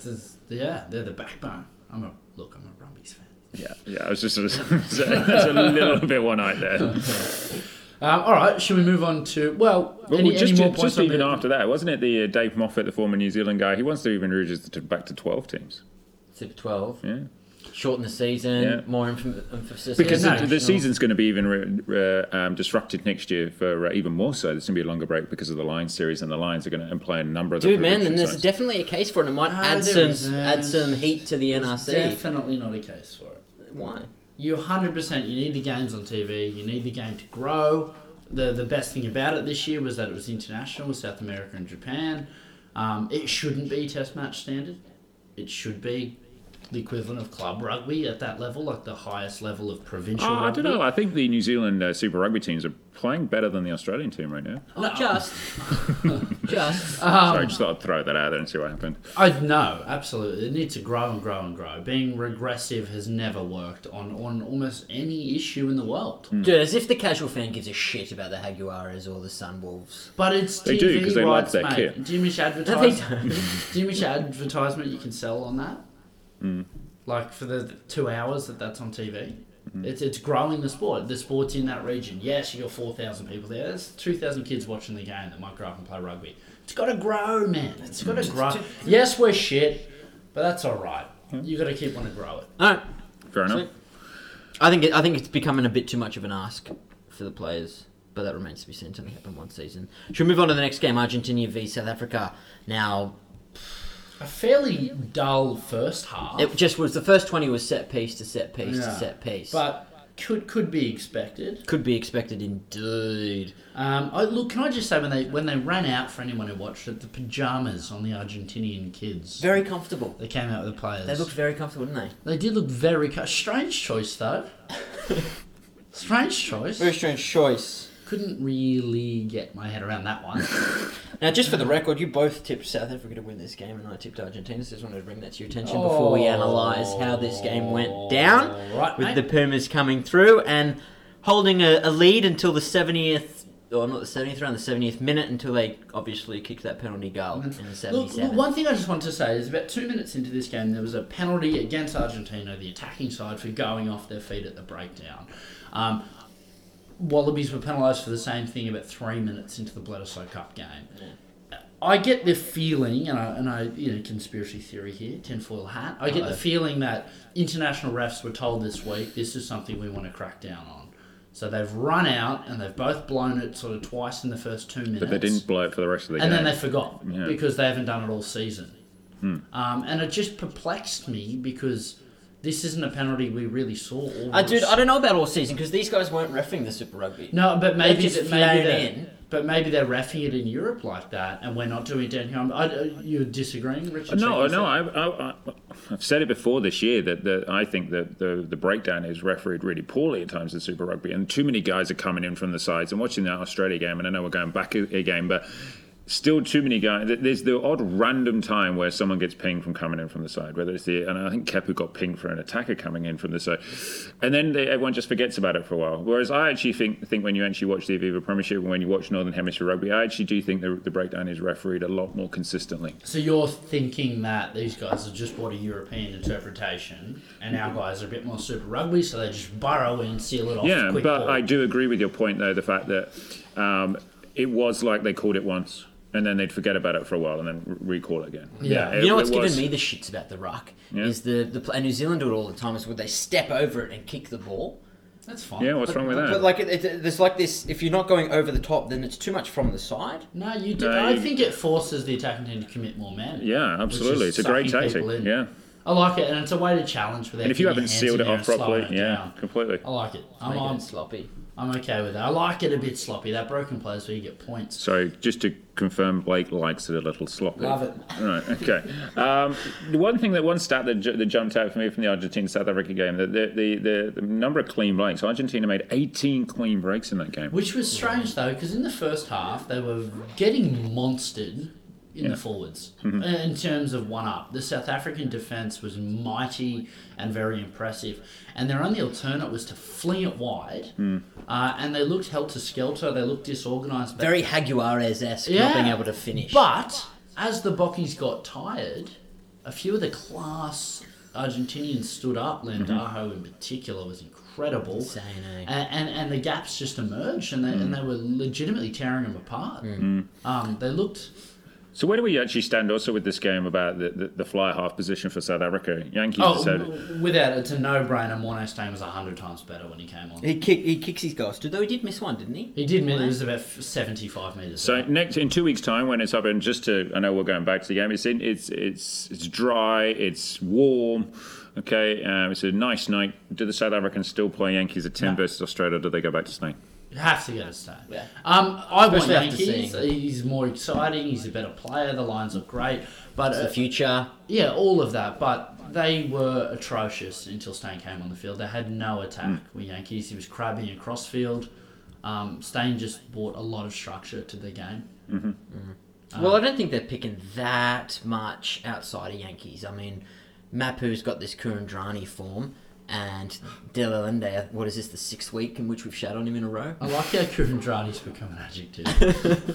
B: the, yeah, they're the backbone. I'm a look. I'm a Brumbies fan.
C: Yeah, yeah. I was just sort of saying, there's a little bit one eyed there.
B: Um, all right, should we move on to well?
C: Well,
B: any,
C: just
B: any more
C: just
B: points on
C: even
B: the-
C: after that, wasn't it the uh, Dave Moffat, the former New Zealand guy? He wants to even reduce it back to twelve teams.
A: Tip twelve,
C: Yeah,
A: shorten the season,
C: Yeah.
A: more emph- emphasis
C: because
B: no,
C: the, the season's going to be even re, uh, um, disrupted next year for uh, even more so. There's going to be a longer break because of the Lions series, and the Lions are going to play a number of. the
A: Dude, man,
C: provincial
A: then there's
C: sides.
A: definitely a case for it. It might
B: Ah,
A: add
B: there
A: some
B: is, uh,
A: add some heat to the
B: It's
A: NRC.
B: Definitely not a case for it.
A: Why?
B: You 100. percent You need the games on TV. You need the game to grow. The the best thing about it this year was that it was international with South America and Japan. Um, it shouldn't be Test match standard. It should be the equivalent of club rugby at that level, like the highest level of provincial.
C: Oh, I
B: rugby.
C: don't know. I think the New Zealand uh, Super Rugby teams are playing better than the Australian team right now.
A: Not Oh, just, just.
B: Um,
C: so I just thought I'd throw that out there and see what happened.
B: I no, absolutely. It needs to grow and grow and grow. Being regressive has never worked on, on almost any issue in the world.
A: Dude, as if the casual fan gives a shit about the Haguaras or the Sunwolves.
B: But it's
C: They
B: TV
C: do, 'cause they like
B: rights,
C: their
B: mate.
C: kit.
B: Do you miss
A: No, they
B: advertisement? do you miss advertisement you can sell on that?
C: Mm.
B: Like for the two hours that that's on TV.
C: Mm.
B: It's, it's growing the sport. The sport's in that region. Yes, you got 4,000 people there. There's 2,000 kids watching the game that might grow up and play rugby. It's got to grow, man. It's got
C: Mm.
B: to grow. Yes, we're shit, but that's all right. you got to keep wanting to grow it.
A: All right,
C: Fair enough.
A: Sweet. I think it, I think it's becoming a bit too much of an ask for the players, but that remains to be seen. It's Only happened one season. Should we move on to the next game? Argentina v South Africa. Now,
B: a fairly dull first half,
A: it just was the first twenty was set piece to set piece to
B: Yeah.
A: set piece.
B: but could could be expected.
A: could be expected indeed.
B: Um, I, look, can I just say when they when they ran out for anyone who watched it, the pajamas on the Argentinian kids.
A: Very comfortable.
B: they came out with the players.
A: They looked very comfortable, didn't they?
B: They did look very co- strange choice though. strange choice.
A: Very strange choice.
B: Couldn't really get my head around that one.
A: Now, just for the record, you both tipped South Africa to win this game, and I tipped Argentina. So just wanted to bring that to your attention before we analyse how this game went down.
B: Right,
A: with
B: mate.
A: the Pumas coming through and holding a, a lead until the 70th, or not the 70th round, the 70th minute until they obviously kicked that penalty goal in the
B: Mm-hmm. Look,
A: 77th.
B: look, one thing I just want to say is about two minutes into this game, there was a penalty against Argentina, the attacking side, for going off their feet at the breakdown. Um, Wallabies were penalised for the same thing about three minutes into the Bledisloe Cup game. I get the feeling, and I, and I, you know, conspiracy theory here, tinfoil hat. I get the feeling that international refs were told this week this is something we want to crack down on. So they've run out and they've both blown it sort of twice in the first two minutes
C: But they didn't blow it for the rest of the
B: and
C: game.
B: then they forgot
C: Yeah. Hmm.
B: because they haven't done it all season. Um, and it just perplexed me because this isn't a penalty we really saw. All
A: Uh, dude, I don't know about all season because these guys weren't refing the Super Rugby.
B: No, but maybe
A: just
B: that
A: flown
B: maybe they're,
A: in.
B: but maybe they're raffing it in Europe like that, and we're not doing it down here. I'm, I, uh, you're disagreeing, Richard?
C: No,
B: Check this
C: no,
B: out.
C: I, I, I, I've said it before this year that, that I think that the, the breakdown is refereed really poorly at times in Super Rugby, and too many guys are coming in from the sides. and watching that Australia game, and I know we're going back a- again, but still too many guys. th- There's the odd random time where someone gets pinged from coming in from the side, whether it's the and I think Kepu got pinged for an attacker coming in from the side, and then they, everyone just forgets about it for a while. Whereas I actually think think when you actually watch the Aviva Premiership and when you watch Northern Hemisphere Rugby, I actually do think the, the breakdown is refereed a lot more consistently.
B: So you're thinking that these guys have just bought a European interpretation, and our guys are a bit more Super Rugby, so they just burrow in, seal it off.
C: Yeah,
B: quick
C: but
B: ball.
C: I do agree with your point, though, the fact that um, it was like they called it once and then they'd forget about it for a while and then re- recall it again.
B: Yeah.
C: it,
A: You know what's
C: it was-
A: giving me the shits about the ruck is the the pl- and New Zealand do it all the time is where they step over it and kick the ball.
B: That's fine.
C: Yeah, what's wrong with that?
D: But like, it, it, there's like this. If you're not going over the top, then it's too much from the side.
B: No, you do.
C: No,
B: I
C: you-
B: think it forces the attacking team to commit more men.
C: yeah,
B: which is
C: absolutely. It's a great
B: sucking
C: tactic.
B: people in.
C: Yeah.
B: I like it, and it's a way to challenge without.
C: And if you
B: getting
C: haven't
B: your hands
C: sealed
B: in
C: it
B: there
C: off
B: and slowing
C: properly,
B: it
C: yeah,
B: down. Oh.
C: completely.
B: I like it. I'm
D: Make
B: on,
D: it sloppy.
B: I'm okay with that. I like it a bit sloppy. That broken plays where you get points.
C: So just to confirm, Blake likes it a little sloppy.
D: Love it.
C: Right. Okay. Um, the one thing that one stat that, ju- that jumped out for me from the Argentina South Africa game that the the, the the number of clean breaks. Argentina made 18 clean breaks in that game.
B: Which was strange though, because in the first half they were getting monstered in the forwards Uh, in terms of one up. The South African defence was mighty and very impressive, and their only alternate was to fling it wide. Uh, and they looked helter skelter. They looked disorganised. but-
A: Very Haguares esque
B: Yeah.
A: not being able to finish.
B: But as the Bockies got tired, a few of the class Argentinians stood up. Landajo in particular was incredible.
A: Mm-hmm. Insane, eh? Mm.
B: And, and and the gaps just emerged, and they, and they were legitimately tearing them apart. Um, they looked.
C: So where do we actually stand also with this game about the, the, the fly half position for South Africa? Yankees
B: Oh,
C: decided.
B: w- without it's a no-brainer. Mornay was a hundred times better when he came on.
A: he kick, he kicks his goals. Though he did miss one, didn't he?
B: He did. miss- It was about f- seventy-five meters.
C: So next in two weeks' time, when it's up, and just to I know we're going back to the game. It's in, it's it's it's dry, it's warm. Okay, um, it's a nice night. Do the South Africans still play Yankees at ten
B: No.
C: versus Australia? Or do they go back to Snake?
B: You have to go to Stone. Um, I
A: Especially
B: want
A: after
B: Yankees.
A: seeing-
B: He's more exciting. He's a better player. The lines look great. But
A: The
B: uh,
A: future.
B: Yeah, all of that, but they were atrocious until Stain came on the field. They had no attack with Yankees. He was crabbing across field. Um, Stain just brought a lot of structure to the game.
A: Well, I don't think they're picking that much outside of Yankees. I mean, Mapu's got this Kurandrani form, and Delalende, what is this, the sixth week in which we've shat on him in a row?
B: I like how Kurandrani's become an adjective.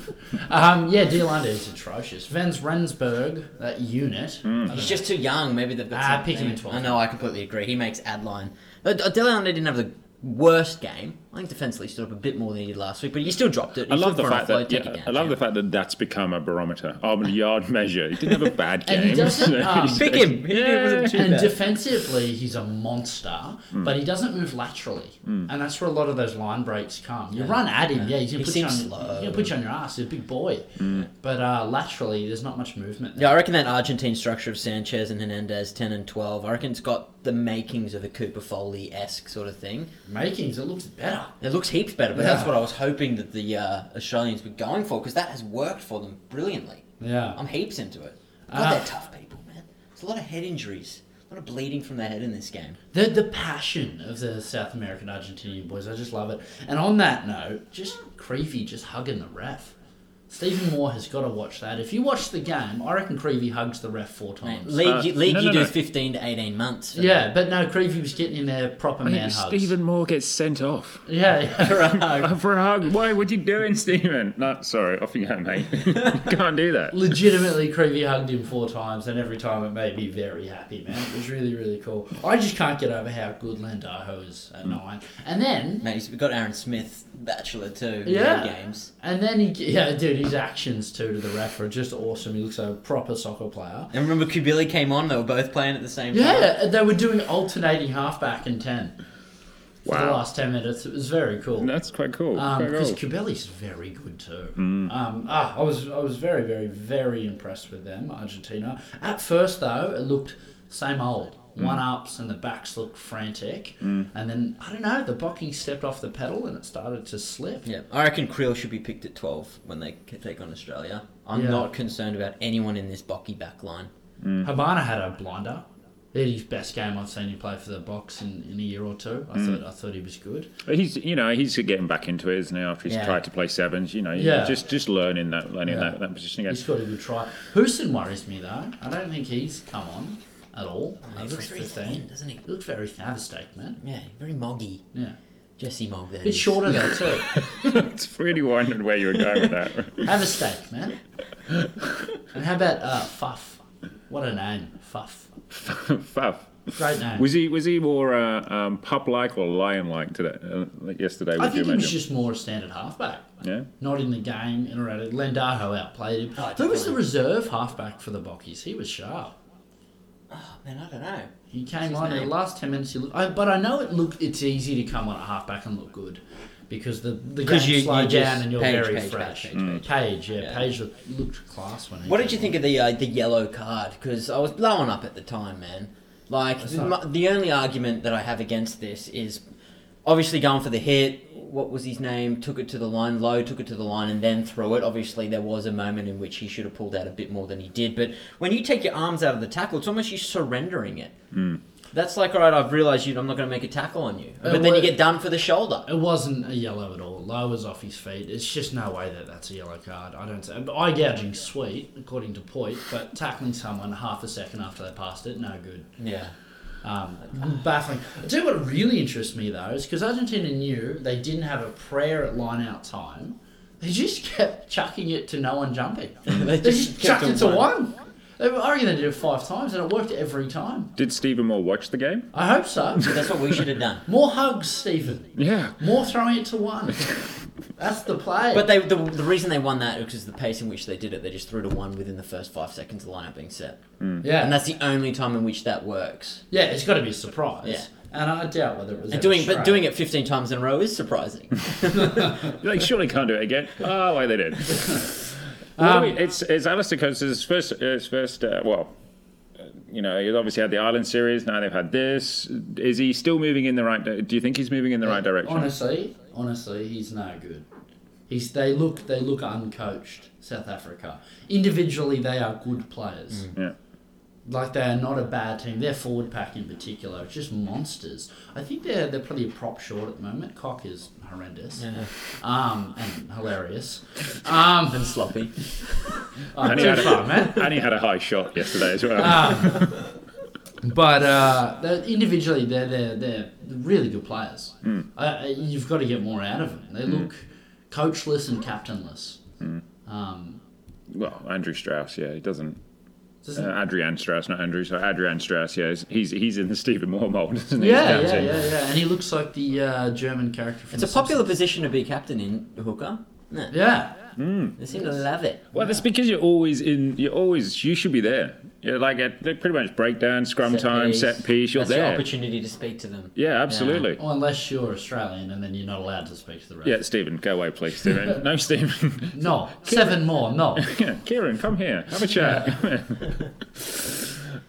B: um, yeah, Diolanda is atrocious. Vens Rensburg, that unit. I don't
A: He's
B: know.
A: just too young. Maybe they've got
B: Ah,
A: something.
B: pick him in 12.
A: I know, I completely agree. He makes Adline. Uh, Delalende didn't have the worst game. I think defensively he stood up a bit more than he did last week, but he still dropped it.
C: I
A: He
C: love
A: stood
C: the
A: for an
C: fact
A: offload,
C: that
A: take it down,
C: yeah, I love the
A: champ.
C: fact that that's become a barometer, um, a yard measure. He didn't have a bad game.
B: And he doesn't, um,
C: He's-
A: Pick him. He
C: Yeah.
A: wasn't too
B: and
A: bad.
B: defensively, he's a monster, but he doesn't move laterally, and that's where a lot of those line breaks come. You run at him, Hmm. yeah, he's
A: He
B: gonna put you on,
A: seems
B: he's gonna put you on your ass. He's a big boy, but uh, laterally, there's not much movement. There.
A: Yeah, I reckon that Argentine structure of Sanchez and Hernandez, 10 and 12, I reckon it's got the makings of a Cooper Foley esque sort of thing.
B: Makings, it looks better.
A: It looks heaps better, but that's
B: Yeah.
A: what I was hoping that the uh, Australians were going for because that has worked for them brilliantly.
B: Yeah,
A: I'm heaps into it. God,
B: Ah.
A: they're tough people, man. There's a lot of head injuries, a lot of bleeding from their head in this game.
B: the the passion of the South American Argentinian boys, I just love it. And on that note, just Creevy just hugging the ref. Stephen Moore has got to watch that. If you watch the game, I reckon Creevy hugs the ref four times.
A: League,
C: Uh,
A: league
C: no,
A: you
C: no,
A: do
C: no.
A: 15 to 18 months. for
B: Yeah, but no, Creevy was getting in there proper man hugs.
C: Stephen Moore gets sent off
B: Yeah, yeah.
C: for a hug. Why? What you doing, Stephen? No, sorry, off you go, mate. Can't do that.
B: legitimately Creevy hugged him four times, and every time it made me very happy, man. It was really, really cool. I just can't get over how good Landaho is at nine. And then,
A: Mate, we've got Aaron Smith, Bachelor, too. in
B: Yeah.
A: the Games.
B: and then he, yeah, dude, his actions too to the ref are just awesome. He looks like a proper soccer player.
A: And remember, Kubili came on, they were both playing at the same time.
B: Yeah, they were doing alternating halfback and ten for the
C: Wow,
B: last ten minutes. It was very cool.
C: that's quite cool.
B: Um,
C: Quite
B: because
C: cool.
B: Kubeli's very good too. Um, ah, I was I was very very very impressed with them, Argentina. At first though, it looked same old. One ups and the backs looked frantic, and then I don't know. The Bocking stepped off the pedal and it started to slip.
A: Yeah, I reckon Creel should be picked at 12 when they c- take on Australia. I'm
B: Yeah.
A: not concerned about anyone in this Bocky back line.
B: Habana had a blinder. He had his best game I've seen him play for the box in, in a year or two. I thought I thought he was good.
C: He's, you know, he's getting back into it, isn't he? After he's
A: Yeah.
C: tried to play sevens, you know,
B: Yeah.
C: just just learning that, learning
B: Yeah.
C: that, that position
B: He
C: again.
B: scored a good try. Houston worries me though. I don't think he's come on at all.
A: Oh, He
B: He's
A: looks very thin, doesn't he?
B: He looked very thin. Have a steak, man.
A: Yeah, very moggy.
B: Yeah.
A: Jesse Mogg, that
B: Bit
A: is.
B: shorter though too.
C: It's really wondering where you were going with that.
B: Have a steak, man. and how about uh, Fuff? What a name, Fuff.
C: Fav.
B: Great name.
C: Was he was he more uh, um, pup like or lion like today? Uh, like yesterday, would
B: I think
C: you
B: he was
C: imagine?
B: just more a standard halfback.
C: Yeah.
B: Not in the game, interrelated. Lendajo outplayed him.
A: Oh,
B: Who was the
A: definitely.
B: reserve halfback for the Bockies? He was sharp.
A: Oh, man, I don't know.
B: He came
A: his
B: on in the
A: name?
B: last ten minutes. He looked, I, but I know it looked. It's easy to come on at halfback and look good because the the game
E: 'Cause you-
B: you, slowed
E: you
B: down
E: just-
B: and you're
E: Page,
B: very
E: Page,
B: fresh.
E: Page,
B: Page,
E: Page,
B: yeah,
E: Yeah.
B: Page looked, looked class when he.
A: What did you
B: came
A: think of the uh, the yellow card? Because I was blowing up at the time, man. Like
B: That's
A: the,
B: not-
A: the only argument that I have against this is obviously going for the hit. What was his name? Took it to the line, low took it to the line, and then threw it. Obviously, there was a moment in which he should have pulled out a bit more than he did. But when you take your arms out of the tackle, it's almost you surrendering it. That's like, all right, I've realised you. I'm not going to make a tackle on you, but then you
B: Uh, what-
A: get done for the shoulder.
B: It wasn't a yellow at all. Low was off his feet. It's just no way that that's a yellow card. I don't. Say. Eye gouging, sweet, according to Poit, but tackling someone half a second after they passed it, no good.
A: Yeah, Mm.
B: Um, baffling. I tell you what really interests me though is because Argentina knew they didn't have a prayer at line out time. They just kept chucking it to no one jumping. they just,
A: kept
B: chucked it
A: on one.
B: to one. They were, I reckon they did it five times and it worked every time.
C: Did Stephen Moore watch the game?
B: I hope so.
A: that's what we should have done.
B: More hugs, Stephen.
C: Yeah.
B: More throwing it to one. That's the play.
A: But they, the, the reason they won that is because the pace in which they did it, they just threw to one within the first five seconds of the lineup being set.
B: yeah,
A: And that's the only time in which that works.
B: yeah, it's got to be a surprise.
A: Yeah.
B: And I doubt whether it was.
A: And
B: ever
A: doing, but
B: straight.
A: doing it 15 times in a row is surprising.
C: They surely can't do it again. Oh, why they did.
B: Um,
C: What do we- it's it's Alistair Coates' first his first uh, well, uh, you know he's obviously had the Island series. Now they've had this. Is he still moving in the right? di- Do you think he's moving in the right direction?
B: Honestly, honestly, he's no good. He's they look they look uncoached. South Africa individually they are good players.
C: Yeah.
B: Like they are not a bad team. Their forward pack in particular are just monsters. I think they're they're probably a prop short at the moment. Cock is horrendous, um, and hilarious. Um,
A: and sloppy.
B: I'm
C: And he
B: too
C: had a-
B: far, man. Ah.
C: And he had a high shot yesterday as well.
B: But uh, they're- individually, they're, they're, they're really good players.
A: Hmm.
B: Uh, you've got to get more out of them. They look coachless and captainless. Um,
C: well, Andrew Strauss, yeah, he doesn't. Uh,
B: doesn't-
C: Adrian Strauss, not Andrew. So Adrian Strauss, yeah, he's- he's he's in the Stephen Moore mold, isn't he?
B: yeah,
C: He's
B: yeah,
C: down to-
B: yeah, yeah. And he looks like the uh, German character from
A: It's
B: The
A: a popular
B: Simpsons.
A: position to be captain in hooker. No,
B: Yeah.
A: they seem to love it.
C: Well, that's because you're always in. You're always. You should be there. You're like at they're pretty much breakdown, scrum time, set piece. You're
A: That's your
C: there.
A: opportunity to speak to them.
C: Yeah, absolutely.
B: Well, unless you're Australian and then you're not allowed to speak to the ref.
C: Yeah, Stephen, go away, please, Stephen. no, Stephen.
B: No. Seven more. No.
C: Yeah, Kieran, come here. Have a chat.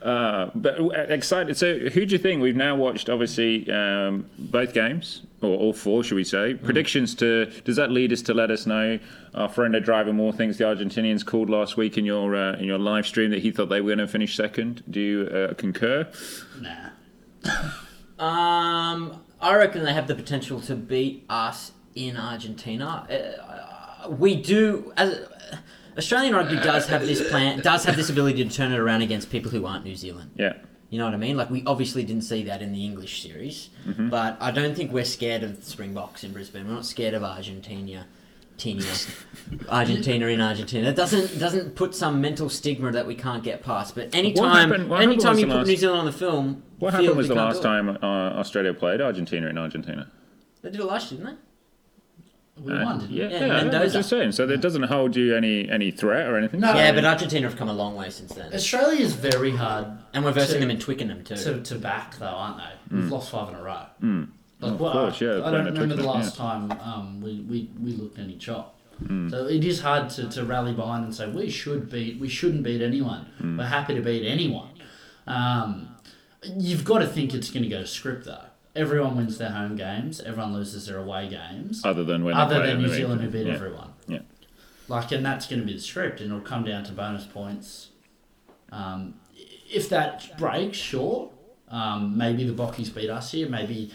C: uh, but uh, excited. So, who do you think we've now watched? Obviously, um, both games or all four, should we say? Predictions to does that lead us to let us know our friend driver more things the Argentinians called last week in your uh, in your live stream that he thought they were going to finish second? Do you uh, concur?
B: nah.
A: Um, I reckon they have the potential to beat us in Argentina. Uh, we do as uh, Australian rugby does have this plan, does have this ability to turn it around against people who aren't New Zealand.
C: Yeah.
A: You know what I mean? Like we obviously didn't see that in the English series,
C: Mm-hmm.
A: but I don't think we're scared of the Springboks in Brisbane. We're not scared of Argentina. Tinia. Argentina in Argentina. It doesn't doesn't put some mental stigma that we can't get past. But anytime
C: happened- what happened
A: anytime
C: was
A: you
C: the
A: put
C: last-
A: New Zealand on the film,
C: What
A: field,
C: happened
A: we
C: was the
A: can't
C: last
A: do it.
C: time uh, Australia played Argentina in Argentina?
A: They did it last year, didn't they?
B: We
C: Uh,
B: won, didn't we?
C: yeah,
A: Yeah,
C: yeah, I was
A: Mendoza.
C: just saying. So that doesn't hold you any any threat or anything.
B: No.
C: So-
A: Yeah, but Argentina have come a long way since then.
B: Australia is very hard
A: And we're versing
B: to-
A: them in Twickenham, too.
B: to, to back though, aren't they? We've lost five in a row. Like,
C: Mm. of
B: well,
C: course, yeah,
B: I, I
C: playing
B: don't
C: at
B: remember the
C: Twickenham,
B: last time um, we, we, we looked any chop.
C: Mm.
B: So it is hard to, to rally behind and say we should beat we shouldn't beat anyone.
C: Mm.
B: We're happy to beat anyone. Um, you've got to think it's going to go to script though. Everyone wins their home games. Everyone loses their away games.
C: other than when they
B: other
C: play
B: than
C: in
B: New
C: the
B: Zealand, who
C: week.
B: beat
C: yeah.
B: everyone.
C: Yeah.
B: Like, and that's going to be the script, and it'll come down to bonus points. Um, if that breaks, sure. Um, maybe the Bockies beat us here. Maybe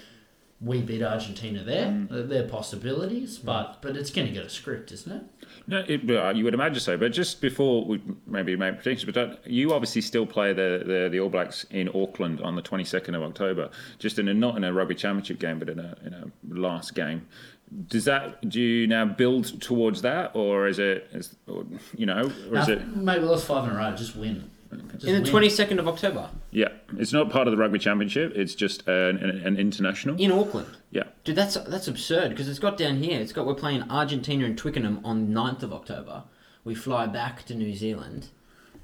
B: we beat Argentina there.
C: Mm.
B: There- There are possibilities, but but it's going to get a script, isn't it?
C: No, it, well, you would imagine so. But just before we maybe make predictions, but don't- you obviously still play the, the, the All Blacks in Auckland on the 22nd of October, just in a not in a rugby championship game, but in a in a last game. Does that do you now build towards that, or is it is, or, you know, or is
B: Uh,
C: it
B: Maybe we lost five in a row. Just win. Just
A: in the
B: win.
A: 22nd of October,
C: yeah? It's not part of the rugby championship. It's just an an, an international.
A: in Auckland.
C: Yeah.
A: Dude, that's that's absurd because it's got down here. It's got we're playing Argentina and Twickenham on 9th of October. We fly back to New Zealand,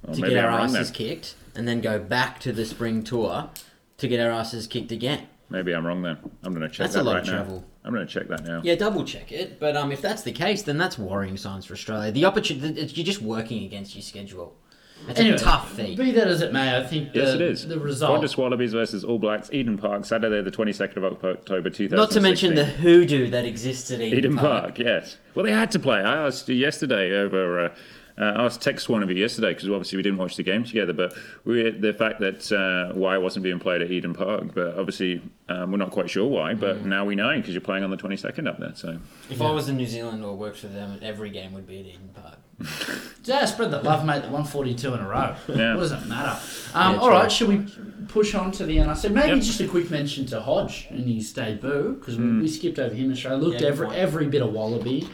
A: to
C: maybe
A: get our
C: I'm wrong
A: asses
C: then.
A: kicked and then go back to the spring tour to get our asses kicked again.
C: Maybe I'm wrong then. I'm going to check
A: That's a
C: that
A: lot
C: right
A: of
C: now.
A: travel.
C: I'm going to check that now.
A: Yeah, double check it. But um, if that's the case, then that's worrying signs for Australia. The opportunity you're just working against your schedule. It's
B: Anyway,
A: a tough feat.
B: Be that as it may, I think the,
C: Yes, it is.
B: the result.
C: Qantas Wallabies versus All Blacks, Eden Park, Saturday the 22nd of October 2016.
A: Not to mention the hoodoo that existed in
C: Eden Park. yes. Well, they had to play. I asked you yesterday over. Uh, uh, I was text one of you yesterday because obviously we didn't watch the game together, but we the fact that uh, why it wasn't being played at Eden Park, but obviously um, we're not quite sure why, but now we know because you're playing on the 22nd up there. So
A: If I was in New Zealand or worked for them, every game would be at Eden Park.
B: Yeah, spread the love, mate. The 142 in a row.
C: Yeah.
B: What does it matter? Um,
A: Yeah,
B: all
A: true.
B: right, should we push on to the NRC? Maybe
C: Yep.
B: just a quick mention to Hodge in his debut because we, we skipped over him in Australia. Looked
A: Yeah, good
B: every
A: point.
B: every bit of wallaby,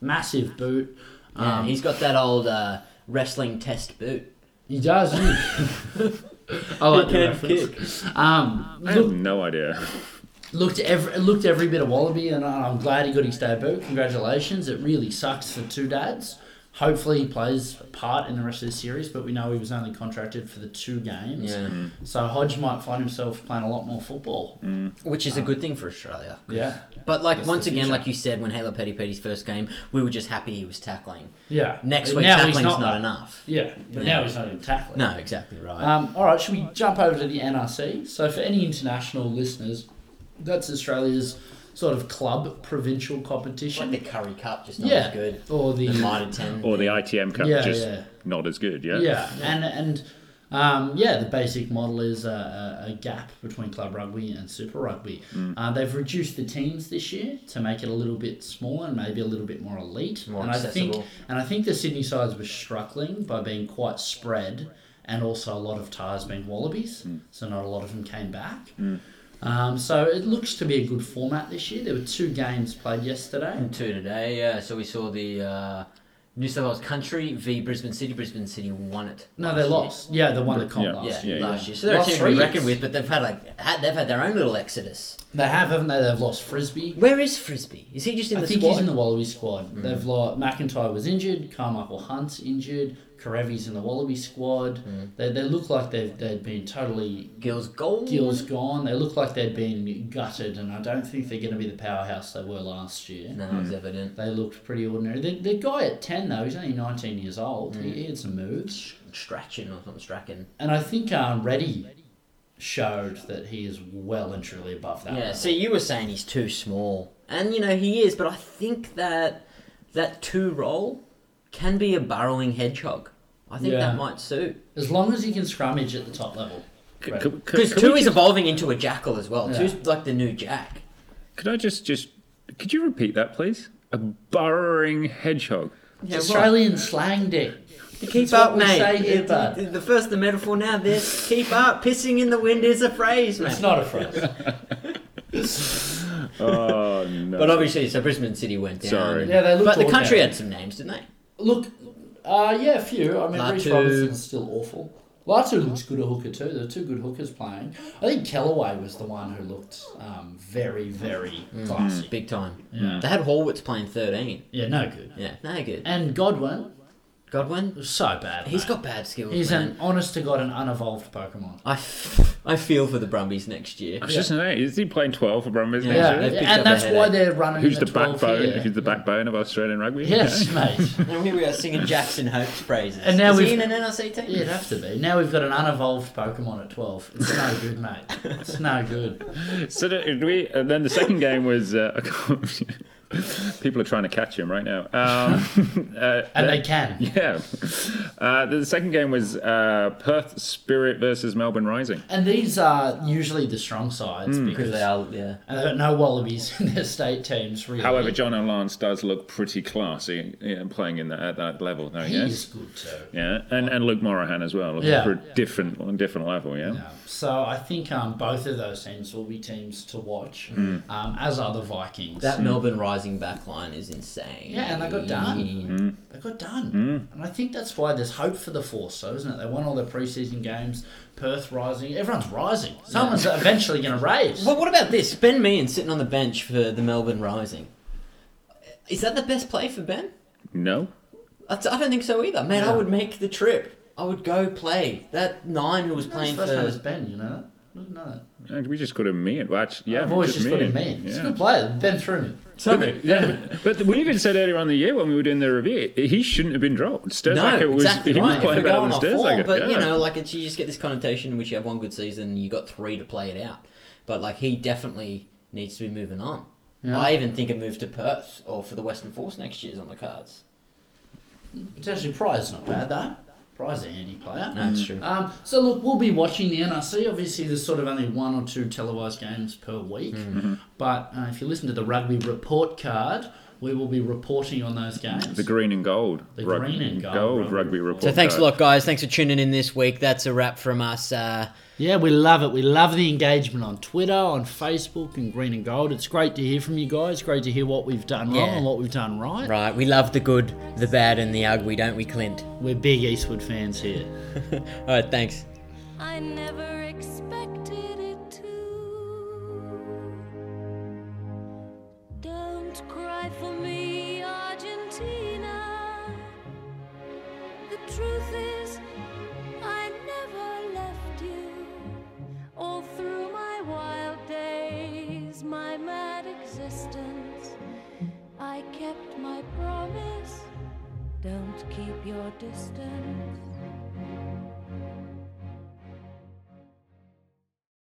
B: massive boot.
A: Yeah,
B: Um,
A: he's got that old uh, wrestling test boot.
B: he does. Isn't he? I like the reference. Um, look,
C: I have no idea.
B: looked every looked every bit of wallaby, and I- I'm glad he got his debut. Congratulations! It really sucks for two dads. Hopefully, he plays a part in the rest of the series, but we know he was only contracted for the two games.
A: Yeah.
B: So Hodge might find himself playing a lot more football.
A: Which is a good thing for Australia.
B: Yeah,
A: But like
B: That's
A: once
B: the
A: again,
B: future.
A: like you said, when Halo Petty Petty's first game, we were just happy he was tackling.
B: yeah.
A: Next
B: But
A: week,
B: Uh, now he's
A: tackling's not, enough.
B: Yeah, but now he's not even tackling.
A: No, exactly right.
B: Um, all right, should we jump over to the NRC? So for any international listeners, that's Australia's sort of club provincial
A: It's
B: competition.
A: like the Curry Cup, just not
B: yeah,
A: as good.
B: or the
A: The Mitre 10.
C: Or the ITM Cup,
B: Yeah,
C: just
B: yeah.
C: not as good. Yeah.
B: yeah, and and um, yeah, the basic model is a, a, a gap between club rugby and Super Rugby.
A: Mm.
B: Uh, they've reduced the teams this year to make it a little bit smaller and maybe a little bit more elite.
A: More
B: and I
A: accessible.
B: think and I think the Sydney sides were struggling by being quite spread, and also a lot of tires being wallabies,
A: Mm.
B: so not a lot of them came back. Um, so it looks to be a good format this year. There were two games played yesterday.
A: Two today, yeah. So we saw the uh, New South Wales Country v Brisbane City. Brisbane City won it.
B: No,
A: last
B: they
A: year.
B: lost. Yeah, the one that comp
C: Yeah.
A: Yeah,
B: last year.
C: year,
A: last
C: yeah.
A: year. So they're a
B: Last
A: team we
B: three
A: reckon
B: years.
A: with, but they've had like had, they've had their own little exodus.
B: They have, haven't they? They've lost Frisbee.
A: Where is Frisbee? Is he just in
B: I
A: the
B: think
A: squad? Mm.
B: he's in the Wallaby squad. They've lost. McIntyre was injured. Carmichael Hunt's injured. Karevi's in the Wallaby squad.
A: Mm.
B: They, they look like they've they'd been totally
A: Gill's goal.
B: gills gone. They look like they'd been gutted, and I don't think they're going to be the powerhouse they were last year.
A: No, that was evident.
B: They looked pretty ordinary. The, the guy at ten though, he's only nineteen years old.
A: Mm.
B: He, he had some moves,
A: Strachan or something. Strachan.
B: and I think um, Reddy showed that he is well and truly above that.
A: Yeah.
B: level.
A: So you were saying he's too small, and you know he is, but I think that that two role can be a burrowing hedgehog. I think
B: Yeah.
A: that might suit
B: as long as he can scrummage at the top level.
C: C-
B: Right.
C: c- c-
A: because
C: can
A: two
C: we
A: is
C: just-
A: evolving into a jackal as well.
B: Yeah.
A: Two's like the new jack.
C: Could I just just? Could you repeat that, please? A burrowing hedgehog.
B: It's Australian slang, dick.
A: Keep
B: That's
A: up,
B: what we
A: mate.
B: say here, bud.
A: the, the first the metaphor now. This keep up. Pissing in the wind is a phrase, mate.
B: It's not a phrase.
C: Oh no.
A: But obviously, so Brisbane City went down.
C: Sorry.
A: and-
B: Yeah, they looked
A: but the country
B: ordinary.
A: had some names, didn't they?
B: Look, uh, yeah, a few. I mean, Reece
A: Latu.
B: Robinson's still awful. Latu looks good at hooker too. There are two good hookers playing. I think Kellaway was the one who looked um, very, very
A: Mm.
B: classy.
A: Big time.
B: Yeah.
A: They had Horwitz playing 13.
B: Yeah, no good.
A: Yeah, no good.
B: And Godwin
A: Godwin,
B: was so bad.
A: he's
B: mate.
A: got bad skills.
B: He's
A: man.
B: an honest to god an unevolved Pokemon.
A: I, f- I feel for the Brumbies next year.
C: I was just saying, is he playing 12 for Brumbies?
A: Yeah.
C: next
B: Yeah,
C: year?
A: they've picked up
B: and
A: a
B: that's why
A: headache.
B: they're running.
C: Who's
B: the
C: the
B: 12
C: backbone?
B: here.
C: Who's the backbone of Australian rugby?
B: Yes, mate.
A: And here we are singing Jackson Hope's praises.
B: And now
A: Is he
B: we've-
A: in an NRC team?
B: Yeah, it'd have to be. Now we've got an unevolved Pokemon at twelve. It's no good, mate. It's no good.
C: So did we? And then the second game was. Uh, I can't- people are trying to catch him right now. Um, uh,
B: And they can.
C: yeah. Uh, the second game was uh, Perth Spirit versus Melbourne Rising.
B: And these are usually the strong sides because
A: Because they are, yeah.
B: and they've got no wallabies in their state teams. Really,
C: However, John Lance does look pretty classy yeah, playing in that at that level. No,
B: he's
C: yes.
B: good too.
C: Yeah, and, and Luke Morahan as well.
B: Yeah.
C: For a different on a different level, yeah.
B: Yeah. So I think um, both of those teams will be teams to watch,
C: Hmm.
B: um, as are the Vikings.
A: That Melbourne Rising back line is insane. Mm.
B: Yeah, and they got done. they got done,
C: Hmm.
B: and I think that's why there's hope for the Force, though, isn't it? They won all their preseason games. Perth rising, everyone's rising. Someone's eventually going to raise.
A: Well, what about this? Ben Meehan sitting on the bench for the Melbourne Rising. Is that the best play for Ben?
C: No.
A: I I don't think so either. Man, I would make the trip. I would go play that nine who was playing
B: His first name was
A: for.
B: Ben, you know that? I didn't know that.
C: And We just called him Mean. Well, actually, yeah,
B: I've
C: we
B: always
C: just
B: just thought
C: Mean.
B: him mean. He's a
C: Yeah.
B: good player. Ben threw me.
C: But, yeah, but we even said earlier on in the year when we were doing the review, he shouldn't have been dropped. Sturzaker
A: no,
C: was
A: exactly
C: he was
A: right. If
C: playing
A: we're
C: better
A: going
C: than
A: off form,
C: Sturzaker.
A: but you
C: yeah.
A: know, like it's, you just get this connotation in which you have one good season, and you got three to play it out. But like he definitely needs to be moving on. I even think a move to Perth or for the Western Force next year is on the cards.
B: Potentially Pryor's not bad though. Pryor's a handy player.
C: Mm.
A: No, it's true.
B: Um, so look, we'll be watching the NRC. Obviously, there's sort of only one or two televised games per week. But uh, if you listen to the rugby report card, we will be reporting on those games.
C: The green and gold.
B: The green and gold rugby
C: rugby
B: report.
C: report.
A: So thanks a
C: card.
A: lot, guys. Thanks for tuning in this week. That's a wrap from us. Uh,
B: Yeah, we love it. We love the engagement on Twitter, on Facebook, and Green and Gold. It's great to hear from you guys. Great to hear what we've done wrong
A: Yeah.
B: and what we've done right.
A: right, we love the good, the bad, and the ugly, don't we, Clint?
B: We're big Eastwood fans here.
A: All right, thanks.
F: I never expected it to. Don't cry for me, Argentina. The truth is, I never left you. All through my wild days, my mad existence, I kept my promise. Don't keep your distance.